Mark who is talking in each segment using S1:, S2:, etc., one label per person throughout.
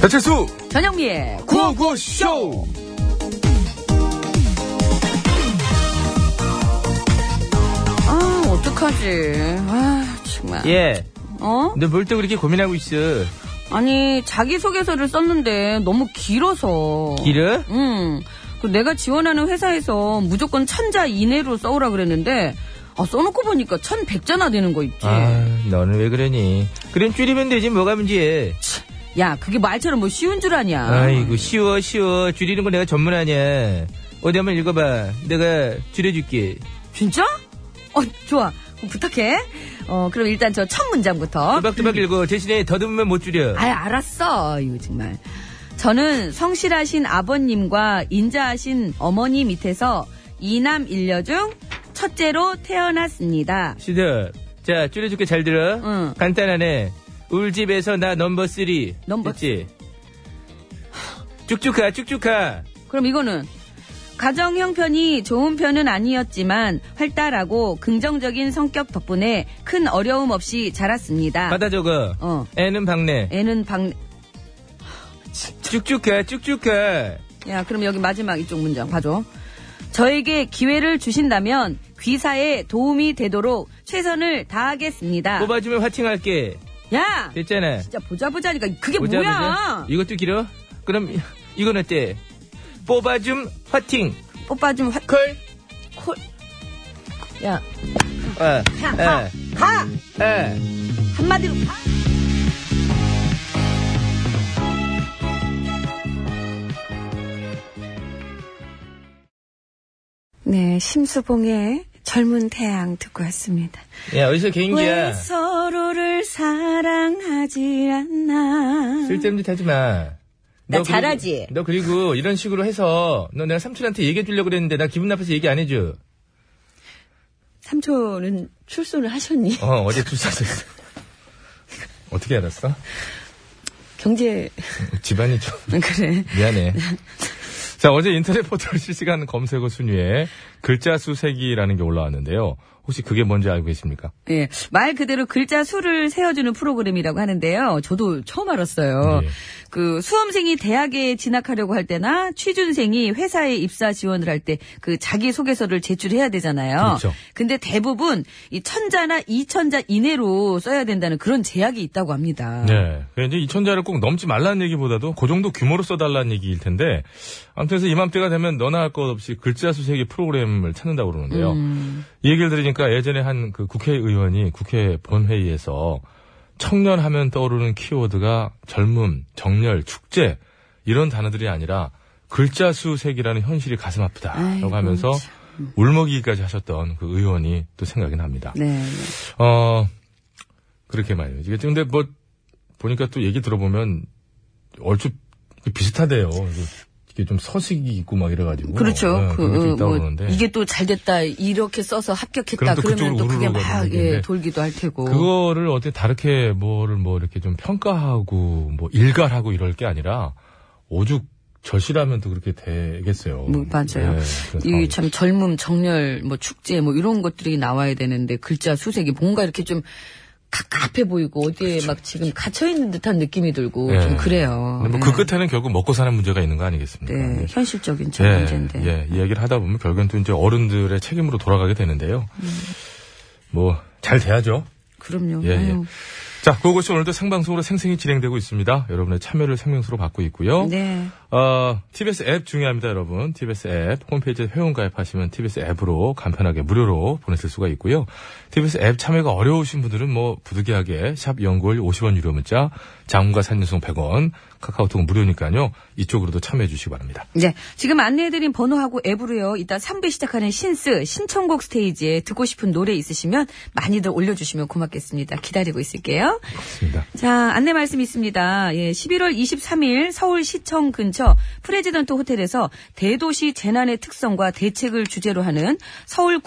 S1: 배칠수
S2: 전영미의
S1: 구호구쇼
S2: 아 어떡하지 아 정말
S3: 예.
S2: 어
S3: 너 뭘 또 그렇게 고민하고 있어?
S2: 아니 자기소개서를 썼는데 너무 길어서
S3: 길어?
S2: 응. 그 내가 지원하는 회사에서 무조건 천자 이내로 써오라 그랬는데 아, 써놓고 보니까 천 백자나 되는 거 있지
S3: 아, 너는 왜 그러니? 그럼 줄이면 되지, 뭐가 문제야?
S2: 야 그게 말처럼 뭐 쉬운 줄 아냐
S3: 아이고, 쉬워, 쉬워. 줄이는 거 내가 전문 아니야. 어디 한번 읽어봐. 내가 줄여줄게.
S2: 진짜? 어 좋아 그럼 부탁해 어 그럼 일단 저 첫 문장부터
S3: 또박또박 읽어. 대신에 더듬으면 못 줄여.
S2: 아이 알았어 이거 정말 저는 성실하신 아버님과 인자하신 어머니 밑에서 이남 일녀 중 첫째로 태어났습니다
S3: 시들. 자, 줄여줄게 잘 들어.
S2: 응.
S3: 간단하네. 울집에서 나 넘버 쓰리.
S2: 넘버
S3: 됐지? 쭉쭉 가, 쭉쭉 가.
S2: 그럼 이거는 가정 형편이 좋은 편은 아니었지만 활달하고 긍정적인 성격 덕분에 큰 어려움 없이 자랐습니다
S3: 받아 적어.
S2: 어
S3: 애는 박내.
S2: 애는 방
S3: 쭉쭉 가, 쭉쭉 가.
S2: 야, 그럼 여기 마지막 이쪽 문장 봐줘. 저에게 기회를 주신다면 귀사에 도움이 되도록 최선을 다하겠습니다.
S3: 뽑아주면 화칭할게.
S2: 야!
S3: 됐잖아.
S2: 진짜 보자 보자니까 그게
S3: 보자,
S2: 뭐야?
S3: 보자. 이것도 길어? 그럼 이건 어때? 뽑아줌 화팅.
S2: 오빠 좀 화,
S3: 컬.
S2: 콜. 야,
S3: 어.
S2: 야, 가!
S3: 어.
S2: 가!
S3: 어.
S2: 한마디로 가!
S4: 네, 심수봉의 젊은 태양 듣고 왔습니다.
S3: 야 어디서
S4: 왜
S1: 예.
S3: 개인기야?
S4: 서로를 사랑하지 않나?
S3: 쓸데없는 짓 하지 마.
S2: 나
S3: 너 그리고-
S2: 잘하지?
S3: 너 그리고 이런 식으로 해서 너 내가 삼촌한테 얘기해 주려고 그랬는데 나 기분 나빠서 얘기 안 해줘.
S4: 삼촌은 출소를 하셨니?
S3: 어 어제 출사했어. 어떻게 알았어?
S4: 경제
S3: 집안이 좀
S2: 그래.
S3: 미안해.
S1: 자 어제 인터넷 포털 실시간 검색어 순위에 글자 수 세기라는 게 올라왔는데요 혹시 그게 뭔지 알고 계십니까?
S2: 예, 말 그대로 글자 수를 세어주는 프로그램이라고 하는데요. 저도 처음 알았어요.
S1: 예.
S2: 그 수험생이 대학에 진학하려고 할 때나 취준생이 회사에 입사 지원을 할 때 그 자기 소개서를 제출해야 되잖아요.
S1: 그렇죠.
S2: 근데 대부분 이 천자나 이천자 이내로 써야 된다는 그런 제약이 있다고 합니다.
S1: 네. 그러니까 이제 2천자를 꼭 넘지 말라는 얘기보다도 그 정도 규모로 써달라는 얘기일 텐데 아무튼 그래서 이맘때가 되면 너나 할 것 없이 글자 수 세기 프로그램을 찾는다고 그러는데요.
S2: 음.
S1: 이 얘기를 들으니까 예전에 한 그 국회의원이 국회 본회의에서 청년 하면 떠오르는 키워드가 젊음, 정열, 축제 이런 단어들이 아니라 글자 수 세기라는 현실이 가슴 아프다라고
S2: 아이고,
S1: 하면서 울먹이기까지 하셨던 그 의원이 또 생각이 납니다.
S2: 네. 네.
S1: 어, 그렇게 말이에요. 이게 근데 뭐, 보니까 또 얘기 들어보면, 얼추 비슷하대요. 이게, 이게 좀 서식이 있고 막 이래가지고.
S2: 그렇죠. 그,
S1: 예, 그런 것도
S2: 어,
S1: 있다고
S2: 뭐
S1: 그러는데.
S2: 이게 또 잘 됐다. 이렇게 써서 합격했다.
S1: 그럼 또
S2: 그러면
S1: 그쪽으로
S2: 또 그게
S1: 우르르
S2: 막
S1: 가는
S2: 예,
S1: 건데.
S2: 돌기도 할 테고.
S1: 그거를 어떻게 다르게 뭐를 뭐 이렇게 좀 평가하고, 뭐 일갈하고 이럴 게 아니라, 오죽 절실하면 또 그렇게 되겠어요. 네,
S2: 뭐, 맞아요.
S1: 이
S2: 이 참 젊음, 정렬, 뭐 축제, 뭐 이런 것들이 나와야 되는데 글자 수색이 뭔가 이렇게 좀 갑갑해 보이고 어디에 막 지금 갇혀 있는 듯한 느낌이 들고
S1: 그렇죠, 예.
S2: 좀 그래요.
S1: 뭐그 끝에는 결국 먹고 사는 문제가 있는 거
S2: 네,
S1: 아니겠습니까?
S2: 네,
S1: 예.
S2: 현실적인 참
S1: 예,
S2: 문제인데.
S1: 예, 이야기를 하다 보면 결국엔 또 이제 어른들의 책임으로 돌아가게 되는데요.
S2: 음.
S1: 뭐, 잘 돼야죠.
S2: 그럼요.
S1: 예, 예.
S2: 아유.
S1: 자, 그것이 오늘도 생방송으로 생생히 진행되고 있습니다. 여러분의 참여를 생명수로 받고 있고요.
S2: 네.
S1: 어, TBS 앱 중요합니다, 여러분. TBS 앱 홈페이지에 회원 가입하시면 TBS 앱으로 간편하게 무료로 보내실 수가 있고요. TBS 앱 참여가 어려우신 분들은 뭐 부득이하게 샵 연구일 50원 유료 문자, 장문과 산유송 100원, 카카오톡 무료니까요. 이쪽으로도 참여해 주시기 바랍니다.
S2: 이제 지금 안내해드린 번호하고 앱으로요. 이따 3부 시작하는 신스 신청곡 스테이지에 듣고 싶은 노래 있으시면 많이들 올려주시면 고맙겠습니다. 기다리고 있을게요.
S1: 좋습니다.
S2: 자, 안내 말씀 있습니다. 예, 11월 23일 서울시청 근처 프레지던트 호텔에서 대도시 재난의 특성과 대책을 주제로 하는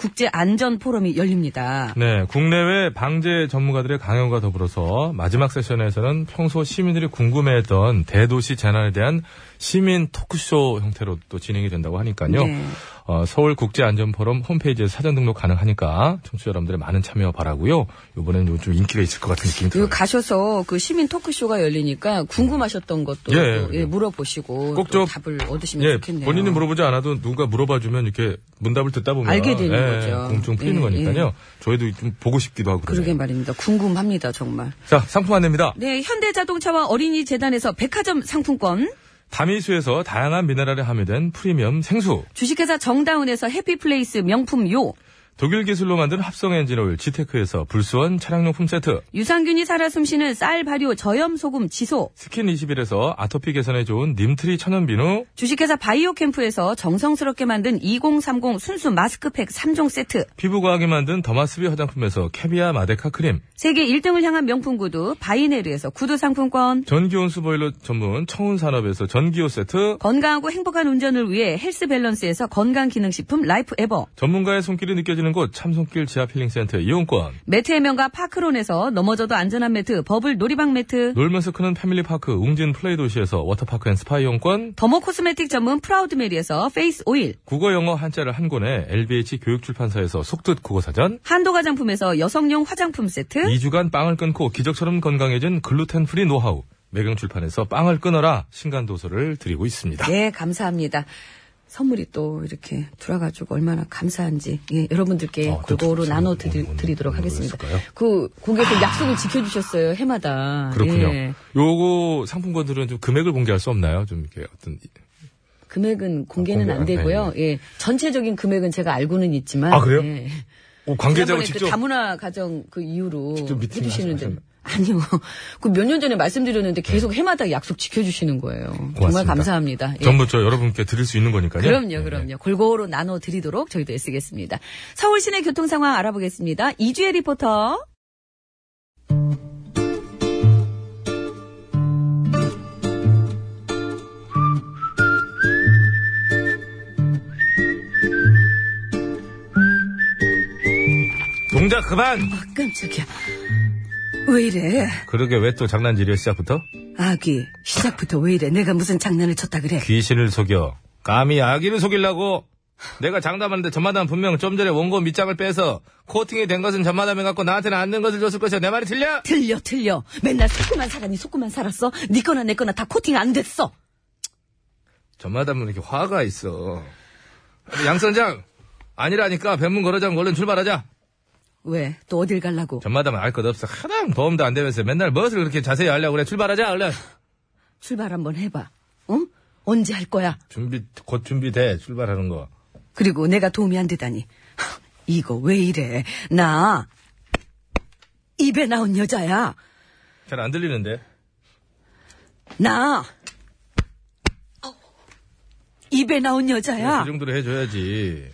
S2: 서울국제안전포럼이 열립니다.
S1: 네, 국내외 방재 전문가들의 강연과 더불어서 마지막 세션에서는 평소 시민들이 궁금해했던 대도시 재난에 대한 시민 토크쇼 형태로 또 진행이 된다고 하니까요.
S2: 네.
S3: 어, 서울국제안전포럼 홈페이지에서 사전 등록 가능하니까 청취자 여러분들의 많은 참여 바라고요. 이번에는 요좀 인기가 있을 것 같은 느낌이
S2: 그
S3: 들어요.
S2: 가셔서 그 시민 토크쇼가 열리니까 궁금하셨던 것도
S3: 예,
S2: 또,
S3: 예,
S2: 예,
S3: 그래요.
S2: 물어보시고
S3: 꼭
S2: 또
S3: 저-
S2: 답을 얻으시면
S3: 예,
S2: 좋겠네요.
S3: 본인이 물어보지 않아도 누가 물어봐주면 이렇게 문답을 듣다 보면
S2: 알게 되는
S3: 예,
S2: 거죠.
S3: 공증 풀리는
S2: 예,
S3: 거니까요. 저희도 좀 보고 싶기도 하고 그러네요.
S2: 그러게 말입니다. 궁금합니다, 정말.
S3: 자, 상품 안내입니다.
S2: 네, 현대자동차와 어린이재단에서 백화점 상품권,
S3: 다미수에서 다양한 미네랄이 함유된 프리미엄 생수,
S2: 주식회사 정다운에서 해피플레이스 명품요,
S3: 독일 기술로 만든 합성 엔진 오일 지테크에서 불수원 차량용품 세트,
S2: 유산균이 살아 숨쉬는 쌀 발효 저염 소금 지소,
S3: 스킨 21에서 아토피 개선에 좋은 님트리 천연비누,
S2: 주식회사 바이오캠프에서 정성스럽게 만든 2030 순수 마스크팩 3종 세트,
S3: 피부과학이 만든 더마스비 화장품에서 캐비아 마데카 크림,
S2: 세계 1등을 향한 명품 구두 바이네르에서 구두 상품권,
S3: 전기온수 보일러 전문 청운산업에서 전기요 세트,
S2: 건강하고 행복한 운전을 위해 헬스 밸런스에서 건강기능식품 라이프 에버,
S3: 전문가의 손길이 느껴지는 곳 참손길 지하 필링센터 이용권,
S2: 매트의 명가 파크론에서 넘어져도 안전한 매트 버블 놀이방 매트,
S3: 놀면서 크는 패밀리파크 웅진 플레이 도시에서 워터파크 앤 스파 이용권,
S2: 더모 코스메틱 전문 프라우드메리에서 페이스 오일,
S3: 국어 영어 한자를 한 권에 LBH 교육출판사에서 속뜻 국어사전,
S2: 한도 화장품에서 여성용 화장품 세트,
S3: 2주간 빵을 끊고 기적처럼 건강해진 글루텐 프리 노하우 매경출판에서 빵을 끊어라 신간도서를 드리고 있습니다.
S2: 예, 감사합니다. 선물이 또 이렇게 들어가지고 얼마나 감사한지 예, 여러분들께
S3: 아, 또
S2: 골고루
S3: 또
S2: 나눠
S3: 또 뭐, 뭐,
S2: 드리, 도록
S3: 뭐,
S2: 하겠습니다.
S3: 뭐였을까요?
S2: 그 고객들 약속을 지켜주셨어요 해마다.
S3: 그렇군요.
S2: 예,
S3: 요거 상품권들은 좀 금액을 공개할 수 없나요? 좀 이렇게 어떤
S2: 금액은 공개는
S3: 아,
S2: 안
S3: 공개,
S2: 되고요. 예, 전체적인 금액은 제가 알고는 있지만.
S3: 아, 그래요?
S2: 예.
S3: 오, 관계자고
S2: 지난번에
S3: 직접
S2: 그 다문화 가정 그 이후로
S3: 직접 미팅
S2: 해주시는데
S3: 하셨-
S2: 아니요. 그 몇 년 전에 말씀드렸는데 계속 해마다 약속 지켜주시는 거예요. 정말
S3: 네. 고맙습니다.
S2: 감사합니다. 예.
S3: 전부 저 여러분께 드릴 수 있는 거니까요.
S2: 그럼요,
S3: 네, 네.
S2: 그럼요. 골고루 나눠 드리도록 저희도 애쓰겠습니다. 서울 시내 교통 상황 알아보겠습니다. 이주혜 리포터.
S3: 동작 그만.
S2: 아, 깜짝이야. 왜 이래?
S3: 그러게 왜 또 장난질이야 시작부터?
S2: 아기, 시작부터 왜 이래? 내가 무슨 장난을 쳤다 그래?
S3: 귀신을 속여 감히 아기를 속이려고. 내가 장담하는데 전마담 분명 좀 전에 원고 밑장을 빼서 코팅이 된 것은 전마담이 갖고 나한테는 안는 것을 줬을 것이야. 내 말이 틀려?
S2: 틀려, 틀려. 맨날 속고만 살았니, 속고만 살았어? 네 거나 내 거나 다 코팅 안 됐어.
S3: 전마담은 이렇게 화가 있어. 양선장 아니라니까 뱀문 걸어자면 얼른 출발하자.
S2: 왜? 또 어딜 갈라고?
S3: 전마담은 알 것 없어. 하나 보험도 안 되면서 맨날 무엇을 그렇게 자세히 하려고 그래. 출발하자 얼른.
S2: 출발 한번 해봐. 응? 언제 할 거야?
S3: 준비 곧 준비돼 출발하는 거.
S2: 그리고 내가 도움이 안 되다니. 이거 왜 이래? 나 입에 나온 여자야.
S3: 잘 안 들리는데.
S2: 나 입에 나온
S3: 그
S2: 여자야.
S3: 정도로 해줘야지.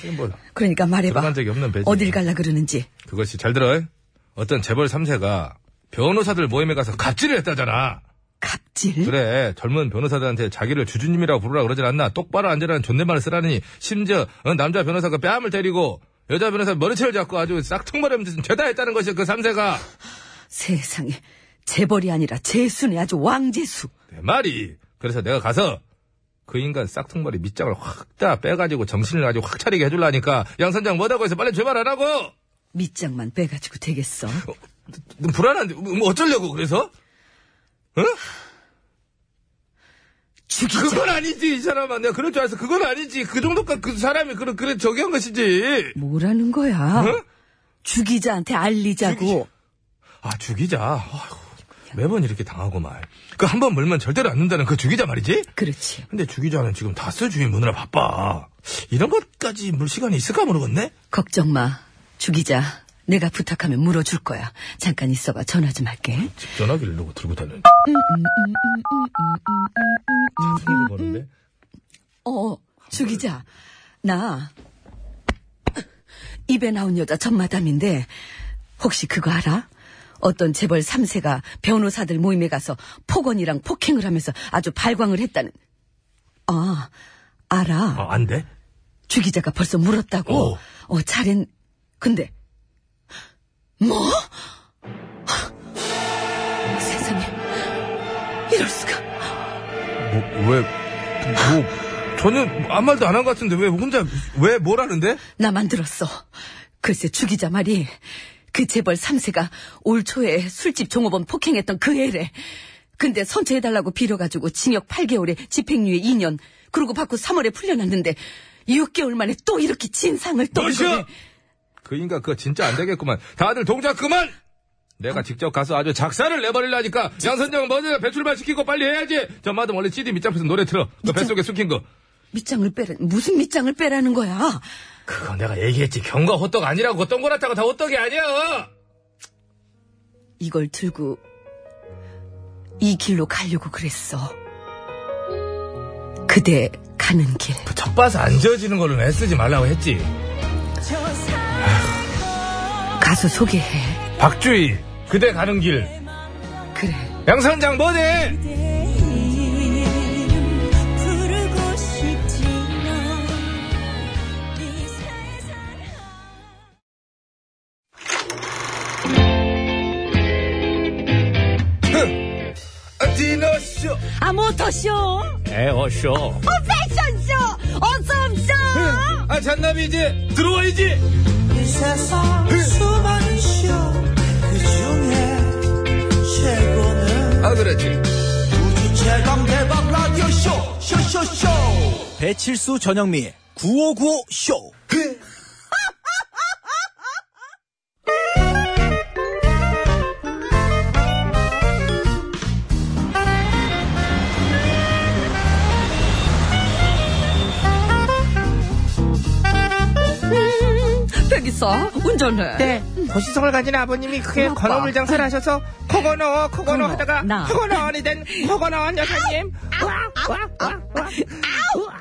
S3: 이게 뭐
S2: 그러니까 말해봐.
S3: 들어간 적이 없는 배지.
S2: 어딜 갈라 그러는지.
S3: 그것이 잘 들어. 어떤 재벌 3세가 변호사들 모임에 가서 갑질을 했다잖아.
S2: 갑질.
S3: 그래 젊은 변호사들한테 자기를 주주님이라고 부르라 그러진 않나 똑바로 앉으라는 존댓말을 쓰라니 심지어 어, 남자 변호사가 뺨을 때리고 여자 변호사 머리채를 잡고 아주 싹퉁머리하면서 죄다 했다는 것이 그 3세가
S2: 세상에 재벌이 아니라 재수네 아주 왕재수.
S3: 내 말이 그래서 내가 가서 그 인간 싹퉁머리 밑장을 확 다 빼가지고 정신을 아주 확 차리게 해줄라니까 양 선장 뭐다고 해서 빨리 출발하라고
S2: 밑장만 빼가지고 되겠어.
S3: 너 불안한데 뭐 어쩌려고 그래서 어?
S2: 죽이자.
S3: 그건 아니지 이 사람아 내가 그럴 줄 알았어 그건 아니지 그 정도까지 그 사람이 그런 그래 저기 한 것이지
S2: 뭐라는 거야?
S3: 그- 어?
S2: 주기자한테 알리자고.
S3: 죽이자. 아, 죽이자. 아이고, 매번 이렇게 당하고 말. 그 한 번 물면 절대로 안 는다는 그 죽이자 말이지?
S2: 그렇지.
S3: 근데 죽이자는 지금 다스 주인 무느라 바빠. 이런 것까지 물 시간이 있을까 모르겠네?
S2: 걱정 마. 죽이자. 내가 부탁하면 물어줄 거야. 잠깐 있어봐. 전화 좀 할게.
S3: 집 전화기를 누구 들고 다니는. 자동으로 거는데?
S2: 어, 죽이자. 나, 입에 나온 여자 전마담인데, 혹시 그거 알아? 어떤 재벌 3세가 변호사들 모임에 가서 폭언이랑 폭행을 하면서 아주 발광을 했다는, 아, 알아.
S3: 아, 안 돼?
S2: 주기자가 벌써 물었다고.
S3: 어.
S2: 어, 잘했, 근데, 뭐? 세상에, 이럴 수가.
S3: 뭐, 왜, 뭐, 저는 아무 말도 안 한 것 같은데 왜 혼자 왜 뭐라는데?
S2: 나 만들었어. 글쎄 죽이자 말이. 그 재벌 3세가 올 초에 술집 종업원 폭행했던 그 애래. 근데 선처해달라고 빌어가지고 징역 8개월에 집행유예 2년. 그러고 받고 3월에 풀려났는데 6개월 만에 또 이렇게 진상을 떠는
S3: 너시여!
S2: 거네.
S3: 그 인간 그거 진짜 안 되겠구만. 다들 동작 그만! 내가 직접 가서 아주 작사를 내버리려니까 양선장 먼저 배출발 시키고 빨리 해야지. 저 마담 원래 CD 밑장에서 노래 틀어. 너 뱃속에 숨긴 거.
S2: 밑장을 빼라 무슨 밑장을 빼라는 거야?
S3: 그거 내가 얘기했지. 경과 호떡 아니라고 동그랗다고 다 호떡이 아니야.
S2: 이걸 들고 이 길로 가려고 그랬어. 그대 가는 길.
S3: 첫 봐서 안 지어지는 걸로 애쓰지 말라고 했지.
S2: 가수 소개해.
S3: 박주희 그대 가는 길
S2: 그래.
S3: 양선장 뭐네?
S5: 부르고 싶지만 이 세상
S3: 디너쇼
S2: 아, 모터쇼!
S3: 네, 에어쇼
S2: 패션쇼! 어썸쇼!
S3: 아 잔나비 이제 들어와 이제
S5: 이 세상 수많은 쇼그 중에 최고는
S3: 아 그렇지
S5: 우주 최강 대박 라디오 쇼 쇼쇼쇼
S6: 배칠수 전영미 9595 쇼.
S2: 백이사, 운전해.
S1: 네, 고시성을 가진 아버님이 크게
S2: 엄마,
S1: 건어물
S2: 아빠.
S1: 장사를 하셔서 코건어 코건어
S2: 건어,
S1: 하다가
S2: 나.
S1: 코건어원이 된 코건어원 여사님 와와와와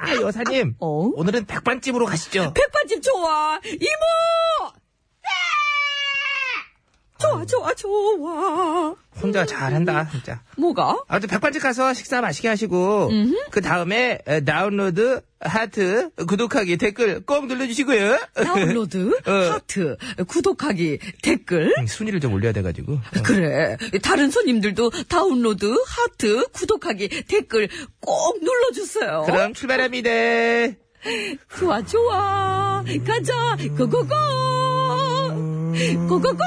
S1: 아, 여사님
S2: 어?
S1: 오늘은 백반집으로 가시죠
S2: 백반집 좋아! 이모! 네! 좋아, 좋아, 좋아.
S1: 혼자 잘한다 진짜
S2: 뭐가?
S1: 아무튼 백반집 가서 식사 맛있게 하시고 그 다음에 다운로드 하트 구독하기 댓글 꼭 눌러주시고요
S2: 다운로드,
S1: 어.
S2: 하트, 구독하기, 댓글.
S1: 순위를 좀 올려야 돼가지고
S2: 그래. 다른 손님들도 다운로드, 하트, 구독하기, 댓글 꼭 눌러주세요.
S1: 그럼 출발합니다
S2: 좋아, 좋아. 가자. 고고고. 고고고.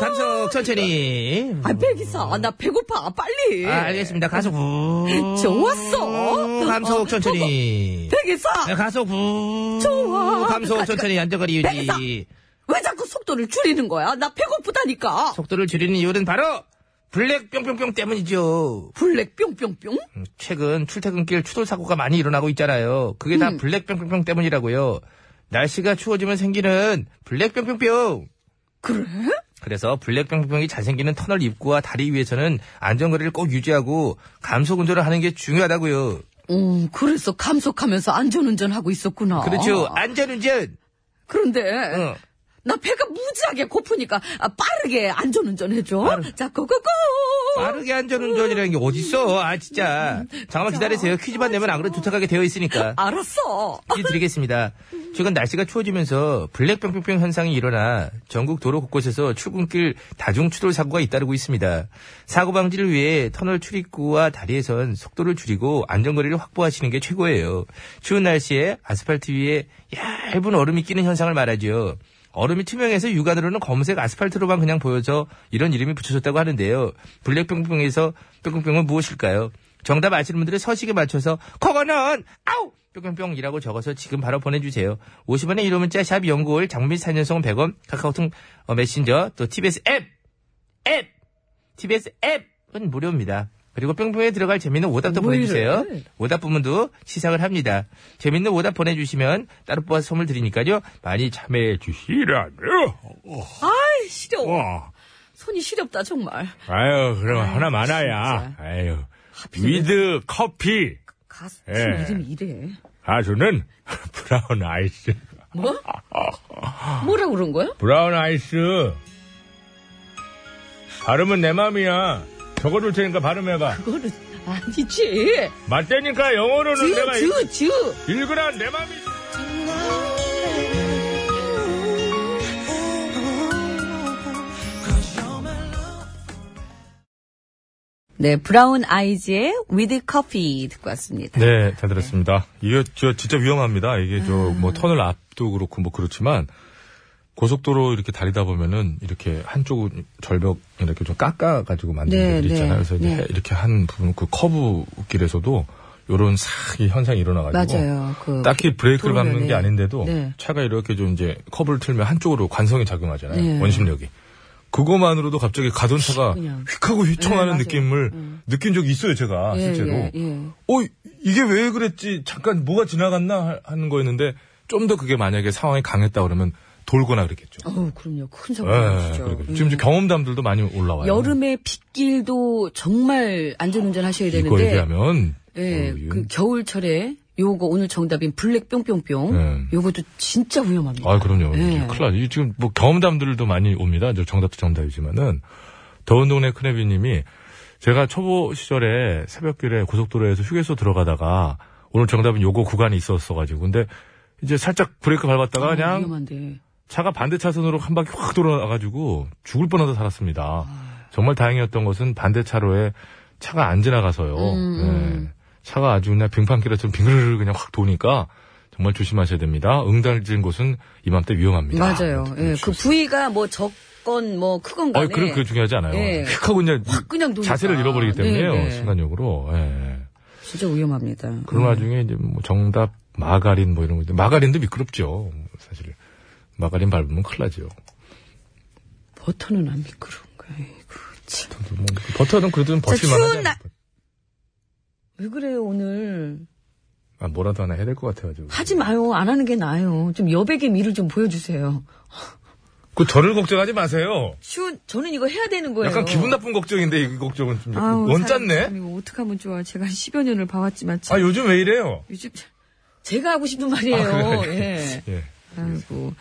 S1: 감속 천천히
S2: 아, 백이사. 나 배고파. 빨리.
S1: 아, 알겠습니다. 가속 부.
S2: 좋았어.
S1: 감속 천천히.
S2: 백이사.
S1: 아, 가속 부.
S2: 좋아.
S1: 감속 천천히 안정거리
S2: 백이사.
S1: 유지.
S2: 왜 자꾸 속도를 줄이는 거야? 나 배고프다니까.
S1: 속도를 줄이는 이유는 바로 블랙 뿅뿅뿅 때문이죠.
S2: 블랙 뿅뿅뿅.
S1: 음, 최근 출퇴근길 추돌 사고가 많이 일어나고 있잖아요. 그게
S2: 음.
S1: 다 블랙 뿅뿅뿅 때문이라고요. 날씨가 추워지면 생기는 블랙 뿅뿅뿅.
S2: 그래?
S1: 그래서 블랙 뿅뿅뿅이 잘 생기는 터널 입구와 다리 위에서는 안전거리를 꼭 유지하고 감속 운전을 하는 게 중요하다고요.
S2: 오, 어, 그래서 감속하면서 안전운전 하고 있었구나.
S1: 그렇죠. 안전운전.
S2: 그런데
S1: 어.
S2: 나 배가 무지하게 고프니까 아, 빠르게 안전운전 해줘. 자, 고고고.
S1: 빠르게 안전운전이라는 게 어딨어. 아, 진짜. 잠깐만 기다리세요. 퀴즈만 내면 안 그래도 도착하게 되어 있으니까.
S2: 알았어. 아,
S1: 퀴즈 드리겠습니다. 최근 날씨가 추워지면서 블랙병병병 현상이 일어나 전국 도로 곳곳에서 출근길 다중 추돌 사고가 잇따르고 있습니다. 사고 방지를 위해 터널 출입구와 다리에선 속도를 줄이고 안전거리를 확보하시는 게 최고예요. 추운 날씨에 아스팔트 위에 얇은 얼음이 끼는 현상을 말하죠. 얼음이 투명해서 육안으로는 검은색 아스팔트로만 그냥 보여서 이런 이름이 붙여졌다고 하는데요. 블랙병병에서 병병은 무엇일까요? 정답 아시는 분들은 서식에 맞춰서 그거는 아우 뿅뿅뿅이라고 적어서 지금 바로 보내주세요. 50원의 1호 문자 샵 연구월 장미 4년송 100원 카카오톡 어, 메신저 또 TBS 앱! 앱! TBS 앱은 무료입니다. 그리고 뿅뿅에 들어갈 재밌는 오답도
S2: 왜 이래?
S1: 보내주세요. 오답 부문도 시상을 합니다. 재밌는 오답 보내주시면 따로 뽑아서 선물 드리니까요. 많이 참여해 주시라며.
S2: 아이, 시려.
S3: 와
S2: 손이 시렵다, 정말.
S3: 아유 그럼 하나 많아야
S2: 진짜.
S3: 아유 위드 커피
S2: 가수
S3: 예.
S2: 이름이 이래.
S3: 가수는 브라운 아이스
S2: 뭐? 뭐라 그런 거야?
S3: 브라운 아이스 발음은 내 맘이야 적어줄 테니까 발음해봐
S2: 그거는 아니지.
S3: 맞다니까 영어로는
S2: 주,
S3: 내가
S2: 주, 주.
S3: 읽으라 내 맘이지
S2: 네, 브라운 아이즈의 With Coffee 듣고 왔습니다.
S3: 네, 잘 들었습니다. 이거 저 진짜 위험합니다. 이게 저
S2: 음.
S3: 뭐 터널 앞도 그렇고 뭐 그렇지만 고속도로 이렇게 달리다 보면은 이렇게 한쪽 절벽 이렇게 좀 깎아 가지고 만든
S2: 네,
S3: 데들 있잖아요.
S2: 네,
S3: 그래서 이제
S2: 네.
S3: 이렇게 한 부분 그 커브 길에서도 요런 싹이 현상이 일어나 가지고
S2: 맞아요. 그
S3: 뭐, 딱히 브레이크를
S2: 도로면에.
S3: 밟는 게 아닌데도
S2: 네.
S3: 차가 이렇게 좀 이제 커브를 틀면 한쪽으로 관성이 작용하잖아요.
S2: 네.
S3: 원심력이. 그것만으로도 갑자기 가던 차가
S2: 그냥. 네,
S3: 휙하고 휘청하는
S2: 맞아요. 음.
S3: 느낌을 느낀 적이 있어요, 제가
S2: 예,
S3: 실제로.
S2: 예, 예.
S3: 어, 이게 왜 그랬지? 잠깐 뭐가 지나갔나 하- 하는 거였는데 좀 더 그게 만약에 상황이 강했다 그러면 돌거나 그랬겠죠.
S2: 어우, 그럼요. 큰 사고
S3: 예,
S2: 나시죠. 음.
S3: 그리고 지금 이제 경험담들도 많이 올라와요.
S2: 여름에 빗길도 정말 안전운전 하셔야
S3: 이거
S2: 되는데,
S3: 얘기하면
S2: 예,
S3: 어우, 이건-
S2: 그 겨울철에 요거 오늘 정답인 블랙 뿅뿅뿅
S3: 네.
S2: 요것도 진짜 위험합니다.
S3: 아, 그럼요.
S2: 예.
S3: 이제 큰일 나죠. 이게 지금 뭐 경험담들도 많이 옵니다. 저 정답도 정답이지만은. 더운 동네 크네비 님이 제가 초보 시절에 새벽길에 고속도로에서 휴게소 들어가다가 오늘 정답은 요거 구간이 있었어가지고. 근데 이제 살짝 브레이크 밟았다가
S2: 아,
S3: 그냥
S2: 위험한데.
S3: 차가 반대 차선으로 한 바퀴 확 돌아가가지고 죽을 뻔하다 살았습니다. 정말 다행이었던 것은 반대 차로에 차가 안 지나가서요.
S2: 음.
S3: 예. 차가 아주 그냥 빙판길에처럼 빙글르르 그냥 확 도니까 정말 조심하셔야 됩니다. 응달진 곳은 이맘때 위험합니다.
S2: 맞아요.
S3: 어떻게
S2: 예, 그
S3: 보셨어요?
S2: 부위가 뭐 적건 뭐 크건
S3: 네, 아니,
S2: 간에
S3: 그런 그 중요하지 않아요.
S2: 예.
S3: 휙 하고 그냥
S2: 확 그냥 도니까.
S3: 자세를 잃어버리기 때문에요.
S2: 네, 네.
S3: 순간적으로. 예.
S2: 진짜 위험합니다. 음,
S3: 그런 와중에 이제 뭐 정답 마가린 뭐 이런 거 있는데 마가린도 미끄럽죠. 사실 마가린 밟으면 큰일 나죠.
S2: 버터는 안 미끄러운가. 아이고, 참.
S3: 저도 뭐 버터는 그래도 좀
S2: 자,
S3: 버틸만
S2: 추운
S3: 하지
S2: 날-
S3: 않을까.
S2: 왜 그래요 오늘?
S3: 아, 뭐라도 하나 해야 될 것 같아가지고.
S2: 하지 마요. 안 하는 게 나아요. 좀 여백의 미를 좀 보여주세요.
S3: 그 저를 걱정하지 마세요.
S2: 추운 저는 이거 해야 되는 거예요.
S3: 약간 기분 나쁜 걱정인데, 이 걱정은 좀.
S4: 아우,
S3: 원짰네?
S4: 사람
S2: 뭐
S4: 이거 어떡하면 좋아. 제가 한 10여 년을 봐왔지만 참
S3: 아, 요즘 왜 이래요?
S2: 요즘 제가 하고 싶은 말이에요. 예.
S3: 예.
S2: 아이고.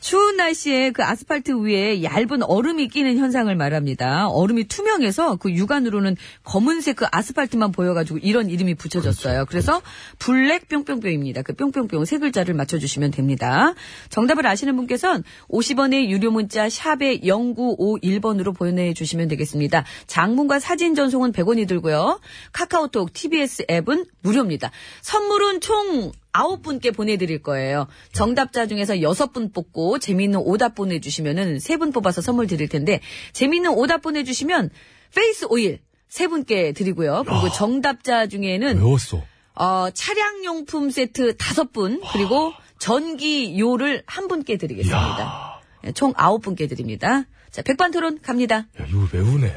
S2: 추운 날씨에 그 아스팔트 위에 얇은 얼음이 끼는 현상을 말합니다. 얼음이 투명해서 그 육안으로는 검은색 그 아스팔트만 보여가지고 이런 이름이 붙여졌어요. 그래서 블랙 뿅뿅뿅입니다. 그 뿅뿅뿅 세 글자를 맞춰주시면 됩니다. 정답을 아시는 분께선 50원의 유료 문자 샵에 0951번으로 보내주시면 되겠습니다. 장문과 사진 전송은 100원이 들고요. 카카오톡, TBS 앱은 무료입니다. 선물은 총 아홉 분께 보내드릴 거예요. 정답자 중에서 여섯 분 뽑고 재미있는 오답 보내주시면은 세 분 뽑아서 선물 드릴 텐데 재미있는 오답 보내주시면 페이스 오일 세 분께 드리고요. 그리고 정답자 중에는
S3: 외웠어.
S2: 어, 차량용품 세트 다섯 분 그리고 전기요를 한 분께 드리겠습니다. 예, 총 아홉 분께 드립니다. 자 백반토론 갑니다.
S3: 야, 이거 외우네.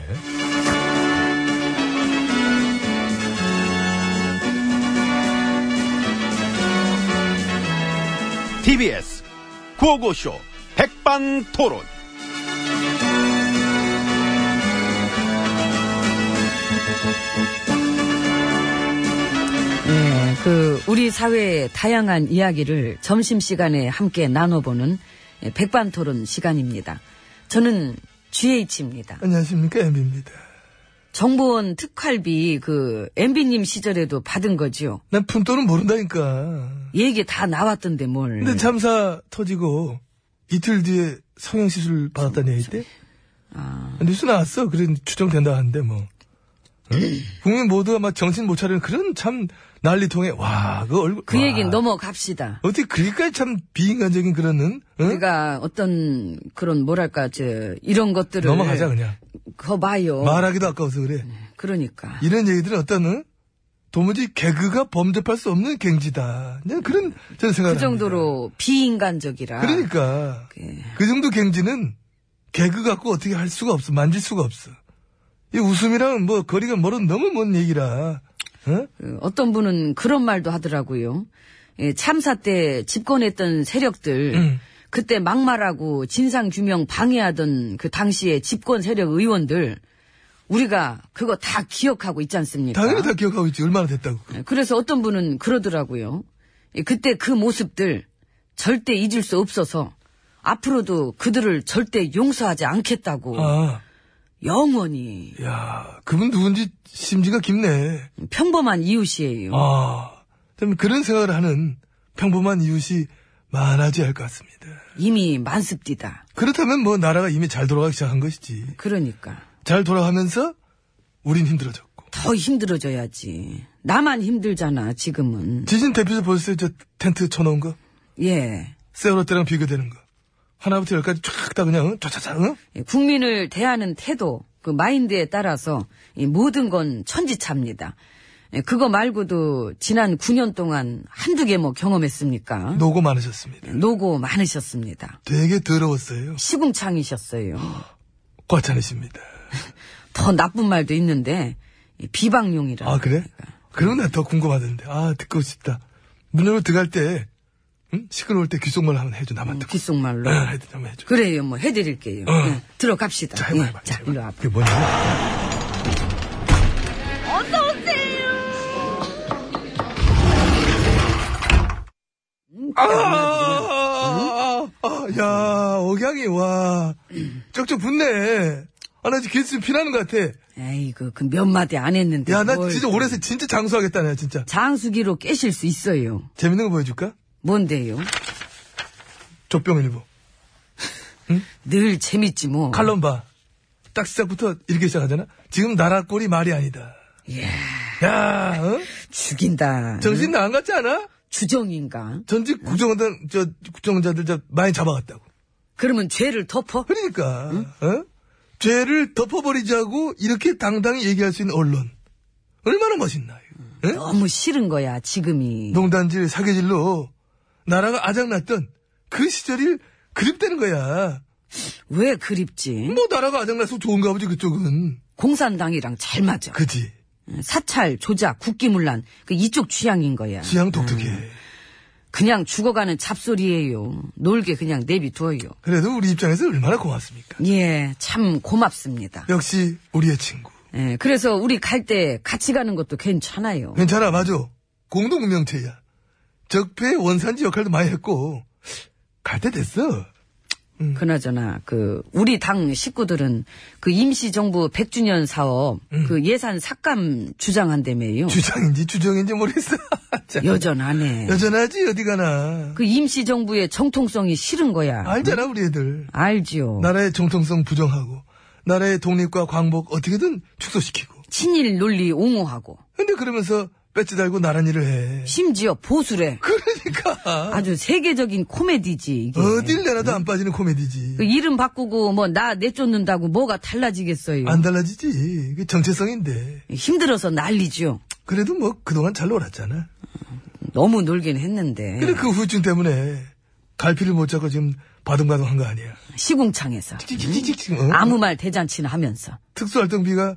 S6: TBS 구호고쇼 백반토론.
S2: 네, 그 우리 사회의 다양한 이야기를 점심 시간에 함께 나눠보는 백반토론 시간입니다. 저는 GH입니다.
S1: 안녕하십니까, 엠비입니다.
S2: 정보원 특활비 그 MB님 시절에도 받은 거지요.
S1: 난 품돈은 모른다니까.
S2: 얘기 다 나왔던데 뭘?
S1: 그러니까.
S3: 예.
S1: 근데 참사 터지고 이틀 뒤에 성형시술 받았다는 얘기 때?
S2: 아.
S1: 뉴스 나왔어. 그런 추정된다 하는데 뭐. 응? 국민 모두가 막 정신 못 차리는 그런 참 난리통에 와, 그 얼굴.
S2: 그
S1: 와.
S2: 얘기는 넘어갑시다.
S1: 어떻게 그렇게까지 참 비인간적인 그런, 응?
S2: 우리가 어떤 그런 뭐랄까 저 이런 것들을
S1: 넘어가자, 그냥.
S2: 거 봐요.
S1: 말하기도 아까워서 그래.
S2: 그러니까
S1: 이런 얘기들은 어떤, 응? 도무지 개그가 범접할 수 없는 갱지다. 그냥 그런, 저는 생각을.
S2: 그 정도로 비인간적이라.
S1: 합니다. 그러니까.
S2: 예.
S1: 그 정도 갱지는 개그 갖고 어떻게 할 수가 없어. 만질 수가 없어. 이 웃음이랑 뭐 거리가 멀어 너무 먼 얘기라. 응?
S2: 그 어떤 분은 그런 말도 하더라고요. 예, 참사 때 집권했던 세력들
S1: 음.
S2: 그때 막말하고 진상 규명 방해하던 그 당시의 집권 세력 의원들 우리가 그거 다 기억하고 있지 않습니까?
S1: 당연히 다 기억하고 있지. 얼마나 됐다고.
S2: 예, 그래서 어떤 분은 그러더라고요. 예, 그때 그 모습들 절대 잊을 수 없어서 앞으로도 그들을 절대 용서하지 않겠다고
S1: 아, 예.
S2: 영원히
S1: 야, 그분 누군지 심지가 깊네.
S2: 평범한 이웃이에요.
S1: 아, 참 그런 생각을 하는 평범한 이웃이 많아져야 할 것 같습니다.
S2: 이미 만습디다.
S1: 그렇다면 뭐 나라가 이미 잘 돌아가기 시작한 것이지.
S2: 그러니까.
S1: 잘 돌아가면서
S3: 우린 힘들어졌고.
S2: 더 힘들어져야지. 나만 힘들잖아, 지금은.
S3: 지진 대피소 보셨어요? 저 텐트 쳐놓은 거?
S2: 예.
S3: 세월호 때랑 비교되는 거. 하나부터 열까지 쫙 다 그냥, 응? 쫙쫙쫙, 어? 응?
S2: 예, 국민을 대하는 태도, 그 마인드에 따라서 이 모든 건 천지차입니다. 예, 그거 말고도 지난 9년 동안 한두 개 뭐 경험했습니까?
S3: 노고 많으셨습니다.
S2: 노고 많으셨습니다.
S3: 되게 더러웠어요.
S2: 시궁창이셨어요.
S3: 과찬이십니다.
S2: 더 나쁜 말도 있는데 이 비방용이라.
S3: 아, 그래? 그럼 난 더 궁금하던데. 아, 듣고 싶다. 문 열고 들어갈 때, 응? 시끄러울 때 귀속말 한번 해줘.
S2: 음.
S3: 나만 듣고.
S2: 귓속말로.
S3: 응, 하여튼 한번 해줘.
S2: 그래요, 뭐 해드릴게요. 예, 들어갑시다.
S3: 아, 네. 자, 해봐,
S2: 예,
S3: 해봐.
S2: 자,
S3: 해봐.
S2: 일로 와.
S3: 그게 뭐냐? 아, 아, 아, 야, 억양이, 와. 쩍쩍 붙네. 아, 나 지금 귀에 지금 피나는 것 같아.
S2: 에이그, 그 몇 마디 안 했는데.
S3: 야, 나
S2: 뭘.
S3: 진짜 올해서 진짜 장수하겠다, 나 진짜.
S2: 장수기로 깨실 수 있어요.
S3: 재밌는 거 보여줄까?
S2: 뭔데요?
S3: 족병일보.
S2: 늘 재밌지 뭐.
S3: 칼럼 봐. 딱 시작부터 이렇게 시작하잖아? 지금 나라 꼴이 말이 아니다. 야, 어?
S2: 죽인다.
S3: 정신 나안 같지 않아?
S2: 주정인가?
S3: 전직 국정원장, 저, 국정원자들 저 많이 잡아갔다고.
S2: 그러면 죄를 덮어?
S3: 그러니까, 어? 죄를 덮어버리자고 이렇게 당당히 얘기할 수 있는 언론. 얼마나 멋있나요? 예?
S2: 너무 싫은 거야, 지금이.
S3: 농단질, 사계질로 나라가 아작났던 그 시절이 그립되는 거야.
S2: 왜 그립지?
S3: 뭐 나라가 아작나서 좋은가 보지, 그쪽은.
S2: 공산당이랑 잘 맞아.
S3: 그지?
S2: 사찰, 조작, 국기문란. 그 이쪽 취향인 거야.
S3: 지향 독특해.
S2: 그냥 죽어가는 잡소리예요. 놀게 그냥 내비둬요.
S3: 그래도 우리 입장에서 얼마나 고맙습니까?
S2: 예, 참 고맙습니다.
S3: 역시 우리의 친구.
S2: 예, 그래서 우리 갈 때 같이 가는 것도 괜찮아요.
S3: 괜찮아, 맞아. 공동명체야. 적폐 원산지 역할도 많이 했고, 갈 때 됐어.
S2: 그나저나 그 우리 당 식구들은 그 임시정부 100주년 사업 그 예산 삭감 주장한다며요.
S3: 음. 주장인지 주정인지 모르겠어. 자,
S2: 여전하네.
S3: 여전하지, 어디 가나.
S2: 그 임시정부의 정통성이 싫은 거야.
S3: 알잖아, 우리 애들.
S2: 알지요.
S3: 나라의 정통성 부정하고, 나라의 독립과 광복 어떻게든 축소시키고.
S2: 친일 논리 옹호하고
S3: 근데 그러면서 배지 달고 나란 일을 해.
S2: 심지어 보수래.
S3: 그러니까.
S2: 아주 세계적인 코미디지 이게.
S3: 어딜 내놔도 안 빠지는 코미디지.
S2: 그 이름 바꾸고 뭐 나 내쫓는다고 뭐가 달라지겠어요.
S3: 안 달라지지. 그게 정체성인데.
S2: 힘들어서 난리죠.
S3: 그래도 뭐 그동안 잘 놀았잖아.
S2: 너무 놀긴 했는데
S3: 근데 그 후유증 때문에 갈피를 못 잡고 지금 바둥바둥한 거 아니야.
S2: 시궁창에서
S3: 찍찍찍찍. 어?
S2: 음. 아무 말 대잔치나 하면서
S3: 특수활동비가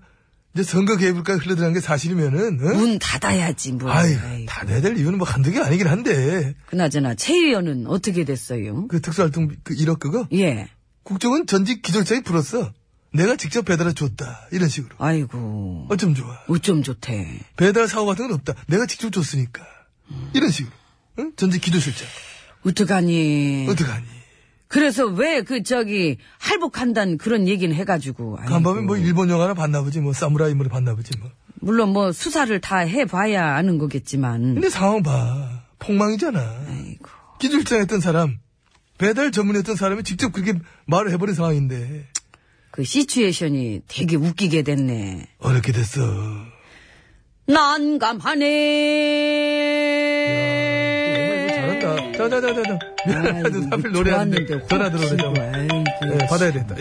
S3: 이제 선거 개입을까 흘러드는 게 사실이면은. 어?
S2: 문 닫아야지 뭐.
S3: 예, 아이, 다 내야 될 이유는 뭐 한두 개 아니긴 한데.
S2: 그나저나 최 의원은 어떻게 됐어요?
S3: 그 특수활동비 그 1억 그거
S2: 예.
S3: 국정은 전직 기절장이 불었어. 내가 직접 배달해 줬다. 이런 식으로.
S2: 아이고
S3: 어쩜 좋아.
S2: 어쩜 좋대.
S3: 배달 사고 같은 건 없다. 내가 직접 줬으니까. 이런 식으로. 응? 전직 기조실장.
S2: 어떡하니.
S3: 어떡하니.
S2: 그래서 왜 그 저기 할복한다는 그런 얘기는 해가지고. 아이고.
S3: 간밤에 뭐 일본 영화나 봤나 보지. 뭐 사무라이 물 봤나 보지. 뭐.
S2: 물론 뭐 수사를 다 해봐야 아는 거겠지만.
S3: 근데 상황 봐. 폭망이잖아.
S2: 아이고.
S3: 기술장 했던 사람, 배달 전문했던 사람이 직접 그렇게 말을 해버린 상황인데.
S2: 그 시츄에이션이 되게 웃기게 됐네.
S3: 어렵게 됐어. 잘한다.
S2: 난감하네.
S3: 자, 자, 자, 자, 자.
S2: 아이고,
S3: 미안하다. 하필 노래하는데.
S2: 좋았는데
S3: 전화
S2: 혹시
S3: 들어오네.
S2: 뭐, 아이고.
S3: 예, 받아야 된다. 예.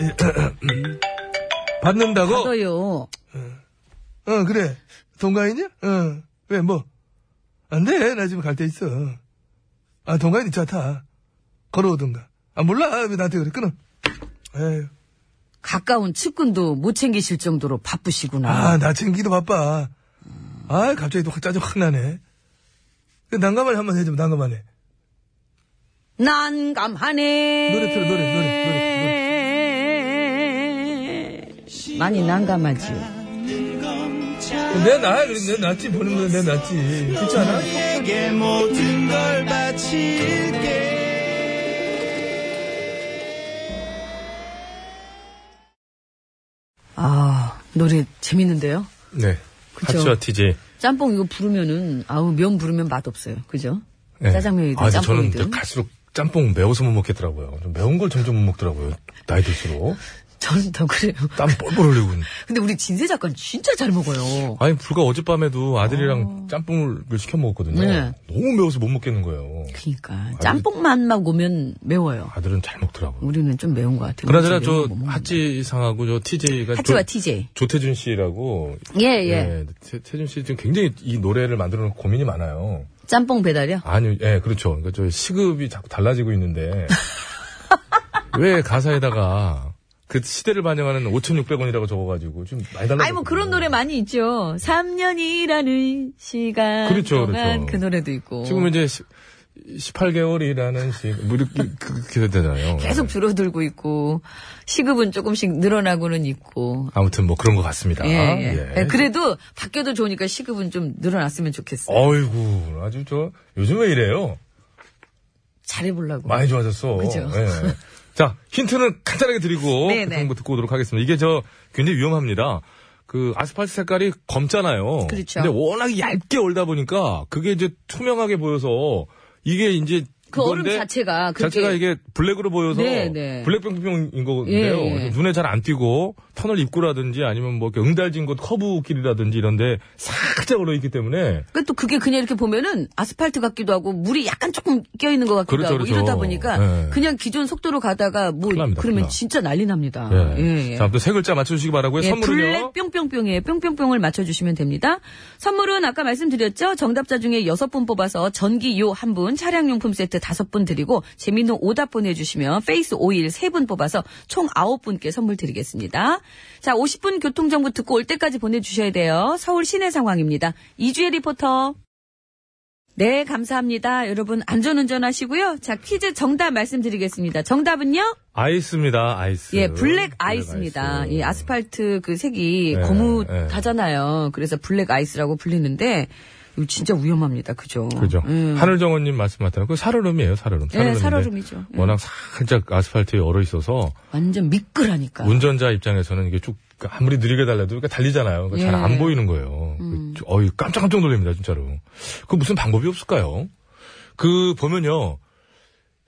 S3: 받는다고?
S2: 받아요.
S3: 어, 그래. 동가인이야? 어. 왜, 뭐? 안 돼. 나 지금 갈 데 있어. 아, 동가인 이차 타. 걸어오던가. 아, 몰라. 왜 나한테 그래. 끊어. 에휴.
S2: 가까운 측근도 못 챙기실 정도로 바쁘시구나.
S3: 아, 나 챙기기도 바빠. 아, 갑자기 또 확 짜증 확 나네. 그 난감하네 한번 해줘, 난감하네.
S2: 난감하네.
S3: 네. 노래 틀어, 노래, 노래,
S2: 많이 난감하지.
S3: 내 나야, 그래. 내 낫지. 보는 거는 내 낫지. 괜찮아?
S5: 내게 모든 걸 바칠게
S2: 아, 노래 재밌는데요?
S7: 네.
S2: 그쵸.
S7: 하츠와 TJ.
S2: 짬뽕 이거 부르면은, 아우, 면 부르면 맛없어요. 그죠?
S7: 네.
S2: 짜장면이든
S7: 아, 근데 저는
S2: 짬뽕이든.
S7: 이제 갈수록 짬뽕 매워서 못 먹겠더라고요. 좀 매운 걸 점점 못 먹더라고요. 나이 들수록.
S2: 저는 더 그래요.
S3: 땀 뻘뻘 흘리고. 있네.
S2: 근데 우리 진세 작가는 진짜 잘 먹어요.
S3: 아니, 불과 어젯밤에도 아들이랑 짬뽕을 시켜 먹었거든요.
S2: 네.
S3: 너무 매워서 못 먹겠는 거예요. 아,
S2: 그러니까 짬뽕 맛만 오면 매워요.
S3: 아들은 잘 먹더라고요.
S2: 우리는 좀 매운 것 같아요.
S3: 그나저나
S2: 우리 집에
S3: 저
S2: 매운 거못 음, 뭐 먹는데.
S3: 하찌상하고 저 TJ가
S2: 하찌와 TJ.
S3: 조태준 씨라고
S2: 예, 예.
S3: 태, 준씨 지금 굉장히 이 노래를 만들어 놓고 고민이 많아요.
S2: 짬뽕 배달이요?
S3: 아니요, 예, 그렇죠. 그러니까 저 시급이 자꾸 달라지고 있는데 왜 가사에다가 그 시대를 반영하는 5,600원이라고 적어가지고 좀 많이 달라.
S2: 아니 뭐 그런 노래 많이 있죠. 3년이라는 시간
S3: 그렇죠,
S2: 동안
S3: 그렇죠.
S2: 그 노래도 있고.
S3: 지금 이제 18개월이라는 시, 뭐 이렇게 그- 그렇게 되잖아요.
S2: 계속 줄어들고 있고 시급은 조금씩 늘어나고는 있고.
S3: 아무튼 뭐 그런 것 같습니다.
S2: 예, 예.
S3: 예.
S2: 예, 그래도 바뀌어도 좋으니까 시급은 좀 늘어났으면 좋겠어요.
S3: 어이구, 아주 저 요즘 왜 이래요?
S2: 잘해보려고.
S3: 많이 좋아졌어.
S2: 그죠?
S3: 예. 자, 힌트는 간단하게 드리고
S2: 네네.
S3: 교통부 듣고 오도록 하겠습니다. 이게 저 굉장히 위험합니다. 그 아스팔트 색깔이 검잖아요.
S2: 그렇죠.
S3: 근데 워낙 얇게 얼다 보니까 그게 이제 투명하게 보여서 이게 이제
S2: 그 얼음
S3: 이건데
S2: 자체가 그렇게-
S3: 자체가 이게 블랙으로 보여서
S2: 네네.
S3: 블랙병병인 거거든요.
S2: 예, 예.
S3: 그래서 눈에 잘 안 띄고 터널 입구라든지 아니면 뭐 이렇게 응달진 곳 커브 길이라든지 이런데 살짝 얼어 있기 때문에
S2: 그러니까 또 그게 그냥 이렇게 보면은 아스팔트 같기도 하고 물이 약간 조금 껴있는 것 같기도
S3: 그렇죠,
S2: 하고
S3: 그렇죠.
S2: 이러다 보니까
S3: 예.
S2: 그냥 기존 속도로 가다가 뭐
S3: 큰일 납니다, 큰일
S2: 그러면
S3: 나.
S2: 진짜 난리 납니다.
S3: 예.
S2: 예, 예.
S3: 자, 아무튼 세 글자 맞춰주시기 바라고요.
S2: 예,
S3: 선물은요.
S2: 블랙 뿅뿅뿅에 뿅뿅뿅을 맞춰주시면 됩니다. 선물은 아까 말씀드렸죠. 정답자 중에 여섯 분 뽑아서 전기 요 한 분, 차량용품 세트 다섯 분 드리고 재밌는 오답 보내주시면 페이스 오일 세 분 뽑아서 총 아홉 분께 선물 드리겠습니다. 자, 50분 교통정보 듣고 올 때까지 보내주셔야 돼요. 서울 시내 상황입니다. 이주혜 리포터. 네, 감사합니다. 여러분 안전운전 하시고요. 자, 퀴즈 정답 말씀드리겠습니다. 정답은요?
S3: 아이스입니다, 아이스.
S2: 예, 블랙 아이스입니다.
S3: 아이스.
S2: 이 아스팔트 그 색이
S3: 네,
S2: 거뭇하잖아요. 그래서 블랙 아이스라고 불리는데 이거 진짜 위험합니다. 그죠?
S3: 그죠.
S2: 음.
S3: 하늘정원님 말씀 맞다면 그 사르름이에요, 사르름.
S2: 예,
S3: 사르름인데 뭐.
S2: 살얼음이죠. 예.
S3: 워낙 살짝 아스팔트에 얼어 있어서
S2: 완전 미끌하니까.
S3: 운전자 입장에서는 이게 쭉 아무리 느리게 달려도 그러니까 달리잖아요.
S2: 예. 음.
S3: 잘 안 보이는 거예요. 그 어이 깜짝깜짝 놀랍니다, 진짜로. 그 무슨 방법이 없을까요? 그 보면요.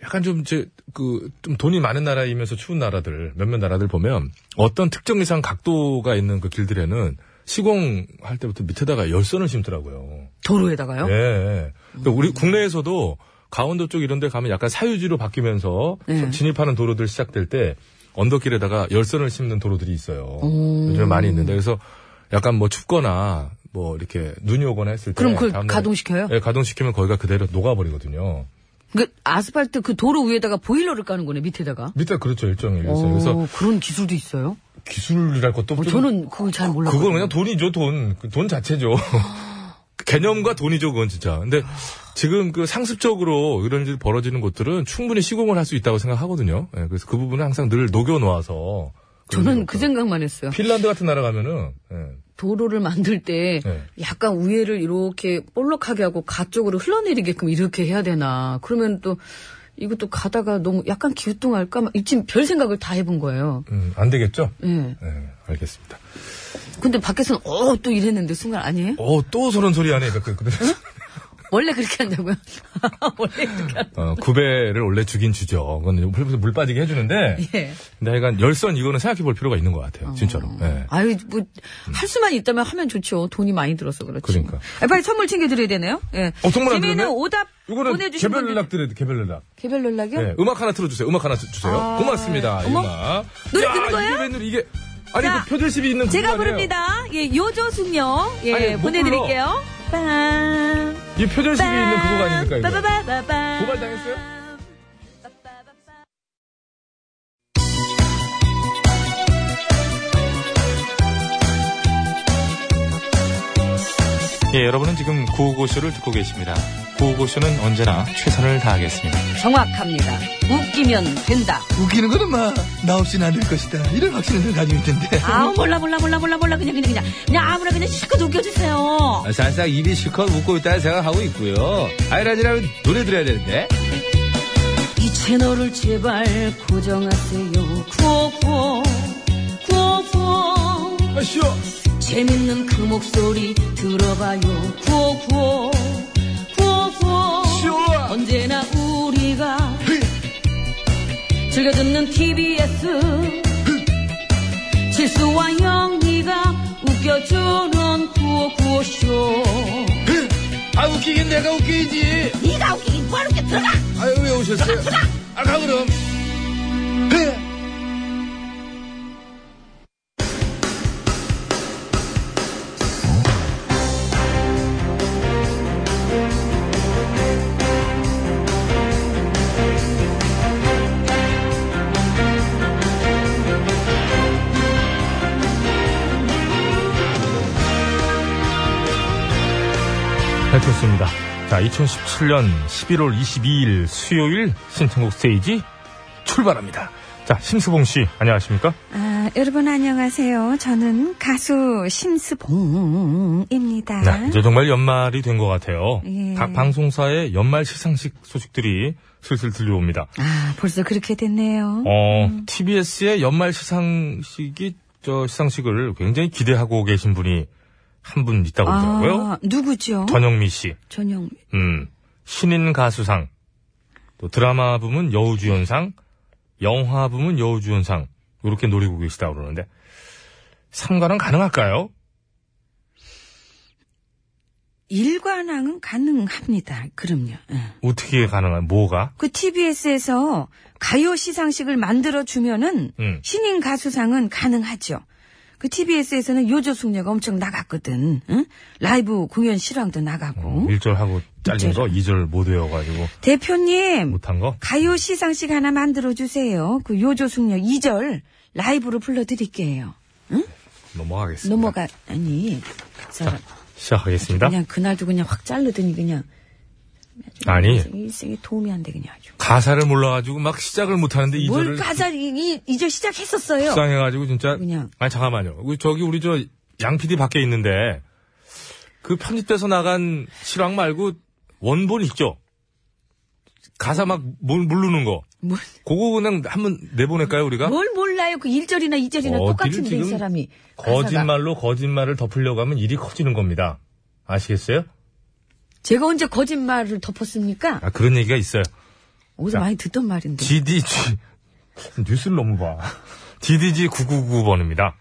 S3: 약간 좀, 제, 그, 좀 돈이 많은 나라이면서 추운 나라들, 몇몇 나라들 보면 어떤 특정 이상 각도가 있는 그 길들에는 시공할 때부터 밑에다가 열선을 심더라고요.
S2: 도로에다가요?
S3: 예, 예. 근데 우리 국내에서도 강원도 쪽 이런 데 가면 약간 사유지로 바뀌면서
S2: 네.
S3: 진입하는 도로들 시작될 때 언덕길에다가 열선을 심는 도로들이 있어요. 요즘에 많이 있는데 그래서 약간 뭐 춥거나 뭐 이렇게 눈이 오거나 했을 때
S2: 그럼 그걸
S3: 다음날-
S2: 가동시켜요?
S3: 예, 가동시키면 거기가 그대로 녹아버리거든요.
S2: 그 아스팔트 그 도로 위에다가 보일러를 까는 거네, 밑에다가.
S3: 밑에 그렇죠 일정 일에서 그래서
S2: 오, 그런 기술도 있어요?
S3: 기술이랄 것도
S2: 어,
S3: 없죠.
S2: 저는 그걸 잘 몰랐어요.
S3: 그건 그냥 돈이죠, 돈. 그돈 자체죠. 개념과 돈이죠, 그건 진짜. 근데 지금 그 상습적으로 이런 일이 벌어지는 곳들은 충분히 시공을 할 수 있다고 생각하거든요. 예, 그래서 그 부분은 항상 늘 녹여놓아서. 그런
S2: 저는
S3: 일이
S2: 그
S3: 없더라고요.
S2: 생각만 했어요.
S3: 핀란드 같은 나라 가면은, 예.
S2: 도로를 만들 때
S3: 네.
S2: 약간 우회를 이렇게 볼록하게 하고 가 쪽으로 흘러내리게끔 이렇게 해야 되나. 그러면 또 이것도 가다가 너무 약간 기우뚱할까? 막 지금 별 생각을 다 해본 거예요.
S3: 음, 안 되겠죠?
S2: 예.
S3: 예, 알겠습니다.
S2: 근데 밖에서는 어 또 이랬는데 순간 아니에요?
S3: 어, 또 저런 소리 안 해. 그, 그, 그,
S2: 원래 그렇게 한다고요? 원래 그렇게 한
S3: 어, 구배를 원래 죽인 주죠. 그건 이제 물- 물 빠지게 해주는데.
S2: 예.
S3: 근데 하여간 열선 이거는 생각해 볼 필요가 있는 것 같아요. 진짜로.
S2: 어.
S3: 예.
S2: 아유 뭐 할 수만 있다면 하면 좋죠. 돈이 많이 들어서 그렇지.
S3: 그러니까.
S2: 아, 빨리 선물 챙겨 드려야 되네요. 예.
S3: 어, 선물 안
S2: 재미있는
S3: 드렸네?
S2: 오답
S3: 이거는
S2: 보내주신
S3: 개별
S2: 분들
S3: 연락 드려야 돼, 개별 연락.
S2: 개별 연락이요?
S3: 네, 음악 하나 틀어주세요. 음악 하나 주- 주세요. 고맙습니다. 이
S2: 아, 어머.
S3: 음악.
S2: 노래
S3: 야,
S2: 듣는 거예요?
S3: 이게 웬일 이게 아니
S2: 자,
S3: 그 표절십이 있는
S2: 제가
S3: 그거 아니에요?
S2: 부릅니다. 예, 요조숙녀. 예,
S3: 아니, 못
S2: 보내드릴게요. 빰.
S3: 이 표절십이 있는 그거 아닙니까? 이거?
S2: 빠바바바바.
S3: 고발당했어요?
S8: 예, 여러분은 지금 구호고쇼를 듣고 계십니다. 구호고쇼는 언제나 최선을 다하겠습니다.
S2: 정확합니다. 웃기면 된다.
S9: 웃기는 거는 막나 없이는 안 될 것이다. 이런 확신을 늘 가지고 있던데.
S2: 아 몰라 몰라 몰라 몰라 몰라 그냥 그냥 그냥 그냥 아무나 그냥 실컷 웃겨주세요.
S1: 아, 사실상 입이 실컷 웃고 있다는 생각하고 있고요. 아이라지라면 노래 들어야 되는데.
S2: 이 채널을 제발 고정하세요. 구호구호 구호구호
S3: 아시오.
S2: 재밌는 그 목소리 들어봐요. 구호구호 구호구호 언제나 우리가 즐겨 듣는 TBS
S10: 실수와 영리가 웃겨주는 구호구호쇼
S1: 아, 웃기긴 내가 웃기지.
S10: 네가 웃기긴 뭘 웃겨 들어가
S1: 아유, 왜 오셨어요? 아, 가, 그럼. 네.
S3: 밝혔습니다. 자, 2017년 11월 22일 수요일 신청곡 스테이지 출발합니다. 자, 심수봉 씨, 안녕하십니까?
S4: 아, 여러분 안녕하세요. 저는 가수 심스봉입니다.
S3: 네, 이제 정말 연말이 된 것 같아요.
S4: 예.
S3: 각 방송사의 연말 시상식 소식들이 슬슬 들려옵니다.
S4: 아, 벌써 그렇게 됐네요.
S3: 어,
S4: 음.
S3: TBS의 연말 시상식이 저 시상식을 굉장히 기대하고 계신 분이 한 분 있다고 그러더라고요.
S4: 아, 누구죠?
S3: 어, 전영미 씨,
S4: 전영.
S3: 음, 신인 가수상, 또 드라마 부문 여우주연상, 영화 부문 여우주연상 이렇게 노리고 계시다고 그러는데 상관은 가능할까요?
S2: 일관왕은 가능합니다. 그럼요. 예.
S3: 어떻게 가능한 뭐가?
S2: 그 TBS에서 가요 시상식을 만들어 주면은
S3: 음.
S2: 신인 가수상은 가능하죠. 그 TBS에서는 요조숙녀가 엄청 나갔거든. 응? 라이브 공연 실황도
S4: 어?
S2: 나가고.
S3: 1절 하고 잘린 거, 2절 못 외워가지고
S2: 대표님
S3: 못한 거.
S2: 가요 시상식 하나 만들어 주세요. 그 요조숙녀 2절 라이브로 불러드릴게요.
S3: 넘어가겠습니다.
S2: 넘어가 아니 그 사람
S3: 시작하겠습니다.
S2: 그냥 그날도 그냥 확 잘르더니 그냥
S3: 아니.
S2: 일생에 도움이 안 돼 그냥 아주
S3: 가사를 몰라가지고 막 시작을 못하는데 이절
S2: 뭘
S3: 을
S2: 까자 이이절 시작했었어요.
S3: 불쌍해가지고 진짜.
S2: 그냥.
S3: 아니 잠깐만요. 우리 저기 우리 저 양PD 밖에 있는데 그 편집돼서 나간 실황 말고 원본 있죠. 가사 막 물- 물르는 거.
S2: 뭘,
S3: 그거 그냥 한번 내보낼까요 우리가?
S2: 뭘 몰라요 그 1절이나 2절이나
S3: 어디를
S2: 똑같은데 이
S3: 지금
S2: 사람이 가사가.
S3: 거짓말로 거짓말을 덮으려고 하면 일이 커지는 겁니다. 아시겠어요?
S2: 제가 언제 거짓말을 덮었습니까?
S3: 아 그런 얘기가 있어요.
S2: 어디서 많이 듣던 말인데
S3: DDG 뉴스를 너무 봐. DDG 999번입니다.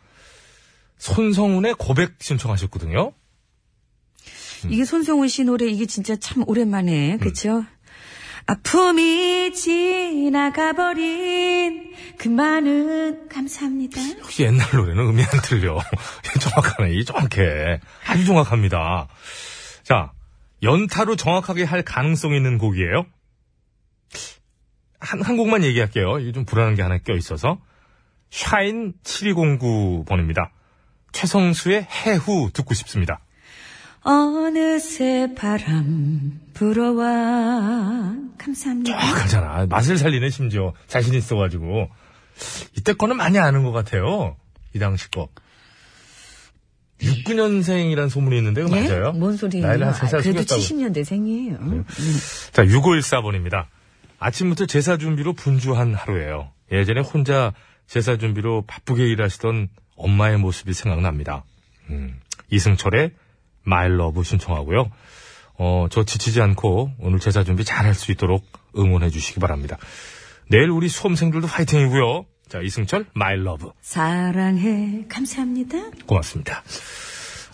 S3: 손성훈의 고백 신청하셨거든요. 음.
S2: 이게 손성훈 씨 노래 이게 진짜 참 오랜만에 그쵸? 아픔이 지나가버린 그 많은 감사합니다.
S3: 혹시 옛날 노래는 음이 안 틀려. 정확하네. 이 정확해. 아주 정확합니다. 자, 연타로 정확하게 할 가능성 있는 곡이에요. 한, 한 곡만 얘기할게요. 이게 좀 불안한 게 하나 껴있어서. 샤인 7209번입니다. 최성수의 해후 듣고 싶습니다.
S2: 어느새 바람 불어와 감사합니다.
S3: 정확하잖아. 맛을 살리네, 심지어. 자신 있어가지고. 이때 거는 많이 아는 것 같아요. 이 당시 거. 69년생이라는 소문이 있는데, 그거 맞아요?
S2: 뭔 소리예요?
S3: 나이를
S2: 아,
S3: 한 3살
S2: 그래도
S3: 속였다고. 네.
S2: 70년대생이에요.
S3: 자, 6514번입니다. 아침부터 제사 준비로 분주한 하루예요. 예전에 혼자 제사 준비로 바쁘게 일하시던 엄마의 모습이 생각납니다. 음, 이승철의 마일러브 신청하고요. 어, 저 지치지 않고 오늘 제사 준비 잘 할 수 있도록 응원해 주시기 바랍니다. 내일 우리 수험생들도 화이팅이고요. 자, 이승철 마일러브.
S2: 사랑해 감사합니다.
S3: 고맙습니다.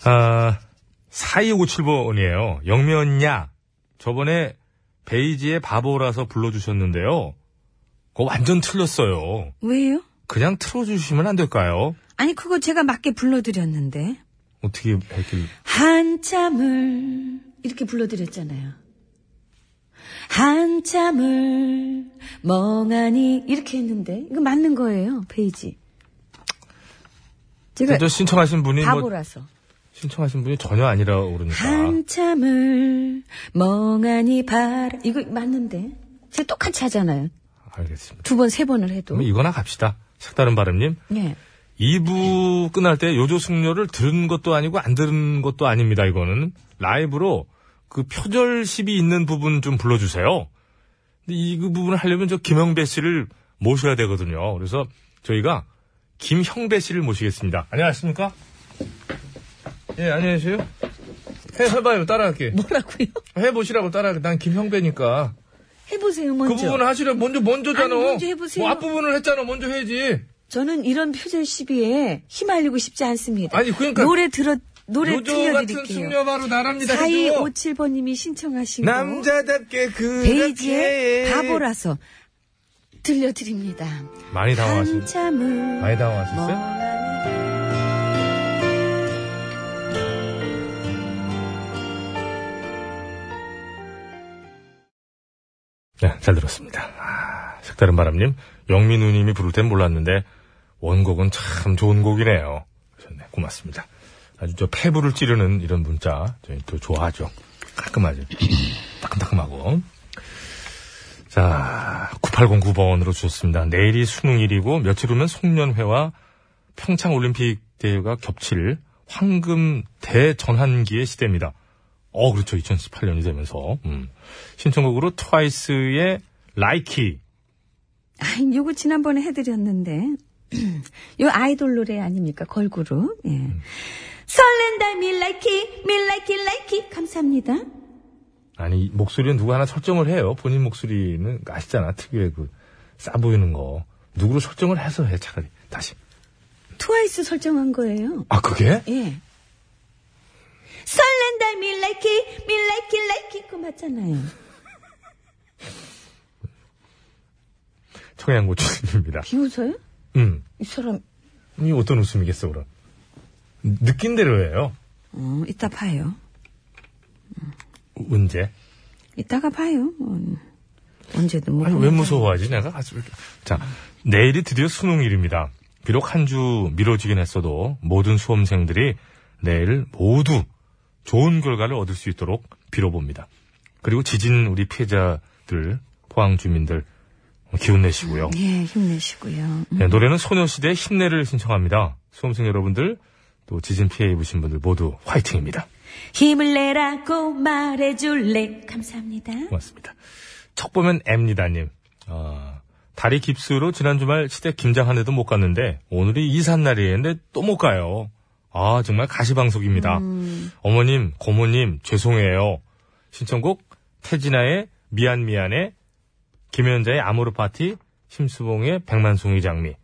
S3: 아, 4257번이에요. 영면야. 저번에 베이지의 바보라서 불러주셨는데요. 그거 완전 틀렸어요.
S2: 왜요?
S3: 그냥 틀어주시면 안 될까요?
S2: 아니 그거 제가 맞게 불러드렸는데
S3: 어떻게 했길.
S2: 한참을 이렇게 불러드렸잖아요. 한참을 멍하니 이렇게 했는데 이거 맞는 거예요 페이지. 제가
S3: 저 신청하신 분이 뭐,
S2: 바보라서.
S1: 아.
S3: 신청하신 분이 전혀 아니라고 그러니까.
S2: 한참을 멍하니 바라 이거 맞는데 제가 똑같이 하잖아요
S3: 알겠습니다.
S2: 두 번 세 번을 해도
S1: 뭐
S3: 그럼 이거나 갑시다. 색다른 발음님.
S2: 예.
S3: 2부 끝날 때 요조 숙녀를 들은 것도 아니고 안 들은 것도 아닙니다, 이거는. 라이브로 그 표절십이 있는 부분 좀 불러주세요. 근데 이 그 부분을 하려면 저 김형배 씨를 모셔야 되거든요. 그래서 저희가 김형배 씨를 모시겠습니다. 안녕하십니까? 예, 안녕하세요. 해, 해봐요. 따라할게.
S2: 뭐라고요?
S3: 해보시라고 따라할게. 난 김형배니까. 그
S2: 해보세요 먼저
S1: 그
S3: 하시려 먼저, 먼저잖아. 뭐
S2: 아니, 먼저 해보세요.
S3: 앞부분을 했잖아. 먼저 해야지.
S2: 저는 이런 표절 시비에 휘말리고 싶지 않습니다.
S1: 아니, 그러니까
S2: 노래 들어 노래
S1: 요조 같은
S2: 들려드릴게요.
S1: 숙녀 바로 나랍니다.
S2: 4257번님이 신청하신 곡
S11: 남자답게 그
S3: 예,
S2: 베이지의 바보라서 들려드립니다.
S3: 많이 당황하시,
S2: 한참을
S3: 많이 당황하셨어요? 네, 잘 들었습니다. 아, 색다른 바람님, 영민우님이 부를 땐 몰랐는데 원곡은 참 좋은 곡이네요. 하셨네. 고맙습니다. 아주 저 폐부를 찌르는 이런 문자 저희 또 좋아하죠. 깔끔하죠. 따끔따끔하고. 자, 9809번으로 주셨습니다. 내일이 수능일이고 며칠 후면 송년회와 평창올림픽 대회가 겹칠 황금 대전환기의 시대입니다. 어, 그렇죠. 2018년이 되면서. 음. 신청곡으로 트와이스의 라이키.
S2: 아, 요거 지난번에 해드렸는데 요 아이돌 노래 아닙니까 걸그룹 예.
S3: 음.
S2: 설렌다 밀라이키 밀라이키 라이키 감사합니다
S3: 아니, 목소리는 누구 하나 설정을 해요. 본인 목소리는 아시잖아. 특유의 그, 싸 보이는 거. 누구로 설정을 해서 해, 차라리. 다시.
S2: 트와이스 설정한 거예요
S3: 아, 그게?
S2: 예 설렌다 밀라이키 밀라이키 라이키 그 맞잖아요
S3: 청양고추입니다.
S2: 비웃어요
S3: 음.
S2: 이 사람
S3: 이 어떤 웃음이겠어, 그럼. 느낀 대로예요.
S2: 어 이따 봐요
S3: 언제?
S2: 이따가 봐요 음, 언제든 뭐
S3: 아니, 왜 무서워하지, 내가? 아주 이렇게. 자, 내일이 드디어 수능일입니다. 비록 한 주 미뤄지긴 했어도 모든 수험생들이 내일 모두 좋은 결과를 얻을 수 있도록 빌어봅니다. 그리고 지진 우리 피해자들, 포항 주민들, 기운 내시고요.
S2: 예 힘내시고요 음.
S3: 네, 노래는 소녀시대의 힘내를 신청합니다. 수험생 여러분들, 또 지진 피해 입으신 분들 모두 화이팅입니다.
S2: 힘을 내라고 말해줄래 감사합니다
S3: 고맙습니다. 첫 보면 앱니다님. 아, 다리 깁스로 지난 주말 시댁 김장하는데도 못 갔는데 오늘이 이삿날이었는데 또 못 가요. 아 정말 가시방석입니다. 어머님, 고모님 죄송해요. 신청곡 태진아의 미안 미안해, 김현자의 아모르 파티, 심수봉의 백만송이 장미.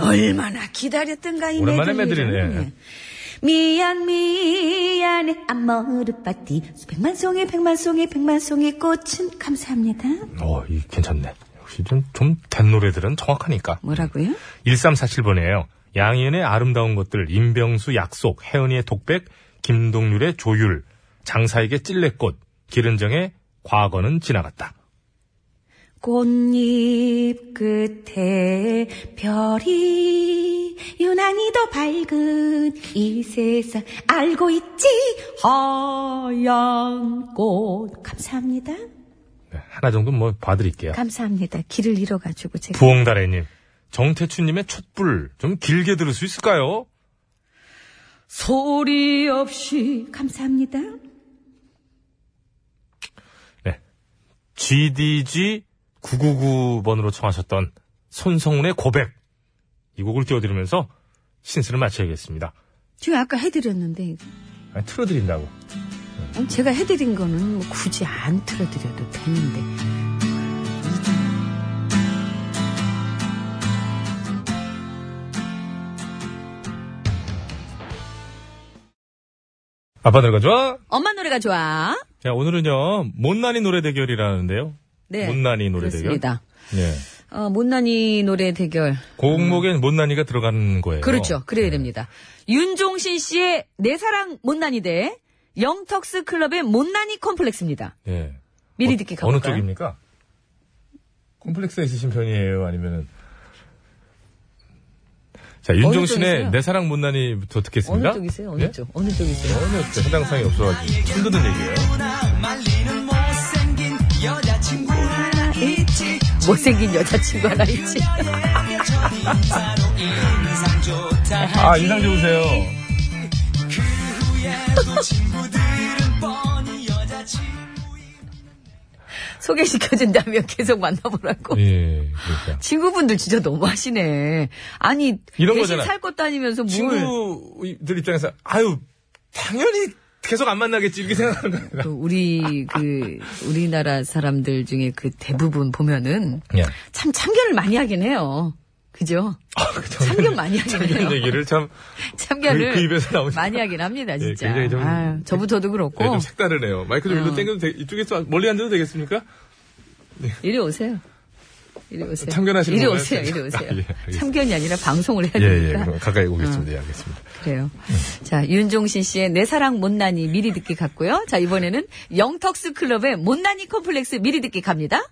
S2: 얼마나 기다렸던가 이
S3: 오랜만에
S2: 메들리를.
S3: 메들리네.
S2: 예. 미안 미안해 아모르 파티 백만 송이 백만 송이 백만 송이 꽃은 감사합니다.
S3: 어, 이 괜찮네. 역시 좀된 노래들은 정확하니까.
S2: 뭐라고요?
S3: 1347번이에요. 양희은의 아름다운 것들, 임병수 약속, 혜은이의 독백, 김동률의 조율, 장사익의 찔레꽃, 기른정의 과거는 지나갔다.
S2: 꽃잎 끝에 별이 유난히 더 밝은 이 세상 알고 있지 하얀 꽃 감사합니다.
S3: 네, 하나 정도 뭐 봐드릴게요.
S2: 감사합니다. 길을 잃어가지고 제가
S3: 부엉다래님, 정태춘님의 촛불 좀 길게 들을 수 있을까요?
S2: 소리 없이 감사합니다.
S3: GDG 999번으로 청하셨던 손성훈의 고백. 이 곡을 띄워드리면서 신스를 마쳐야겠습니다.
S2: 제가 아까 해드렸는데 이거.
S3: 아니, 틀어드린다고.
S2: 음, 제가 해드린 거는 뭐 굳이 안 틀어드려도 되는데
S3: 아빠 노래가 좋아?
S5: 엄마 노래가 좋아.
S3: 자, 오늘은요, 못난이 노래 대결이라는데요. 못난이 노래
S5: 네. 그렇습니다.
S3: 대결. 예.
S5: 어, 못난이 노래 대결.
S3: 곡목엔 못난이가 들어가는 거예요. 네.
S5: 음. 그렇죠. 그래야 됩니다. 윤종신 씨의 내 사랑 못난이 대 영턱스 클럽의 못난이 컴플렉스입니다.
S3: 예.
S5: 미리
S3: 어,
S5: 듣기 가볼까요?
S3: 어느 쪽입니까? 콤플렉스에 있으신 편이에요? 아니면은. 자,
S5: 쪽이세요?
S3: 윤종신의 내 사랑 못난이부터 듣겠습니다.
S5: 어느 쪽이세요? 어느
S3: 예?
S5: 쪽? 어느 쪽이세요?
S3: 어느 쪽? 해당상이 없어가지고. 힘드는 얘기예요.
S5: 못생긴 여자친구 하나 있지.
S3: 아, 인상 좋으세요.
S5: 소개시켜준다며 계속 만나보라고.
S3: 예,
S5: 네.
S3: 그러니까.
S5: 친구분들 진짜 너무하시네. 아니
S3: 이런
S5: 대신
S3: 거잖아.
S5: 살 것도 아니면서 뭘?
S3: 친구들 입장에서, 아유, 당연히 계속 안 만나겠지, 이렇게 생각하는 거예요.
S5: 그 우리 그 우리나라 사람들 중에 그 대부분 보면은
S3: 예.
S5: 참 참견을 많이 하긴 해요.
S2: 그죠?
S3: 참견-
S2: 참견 많이 하긴
S3: 참견
S2: 해요.
S3: 얘기를 참
S2: 참견을
S3: 그- 그 입에서 나오니까.
S2: 많이 하긴 합니다,
S3: 예,
S2: 진짜.
S3: 굉장히 좀-
S2: 아유, 저부터도 그렇고.
S3: 네, 좀 색다르네요. 마이크 좀 일로
S2: 어.
S3: 땡겨도 되, 이쪽에서 멀리 앉아도 되겠습니까?
S2: 이리 오세요. 이리 오세요.
S3: 참견하시는
S2: 이리
S3: 건가요?
S2: 오세요. 이리
S3: 아,
S2: 오세요.
S3: 예, 알겠습니다.
S2: 참견이 아니라 방송을 해야
S3: 예, 예.
S2: 되니까.
S3: 그럼 가까이
S2: 어.
S3: 오겠습니다. 예, 알겠습니다.
S2: 그래요. 자, 윤종신 씨의 내 사랑 못난이 미리 듣기 갔고요. 자, 이번에는 영턱스 클럽의 못난이 콤플렉스 미리 듣기 갑니다.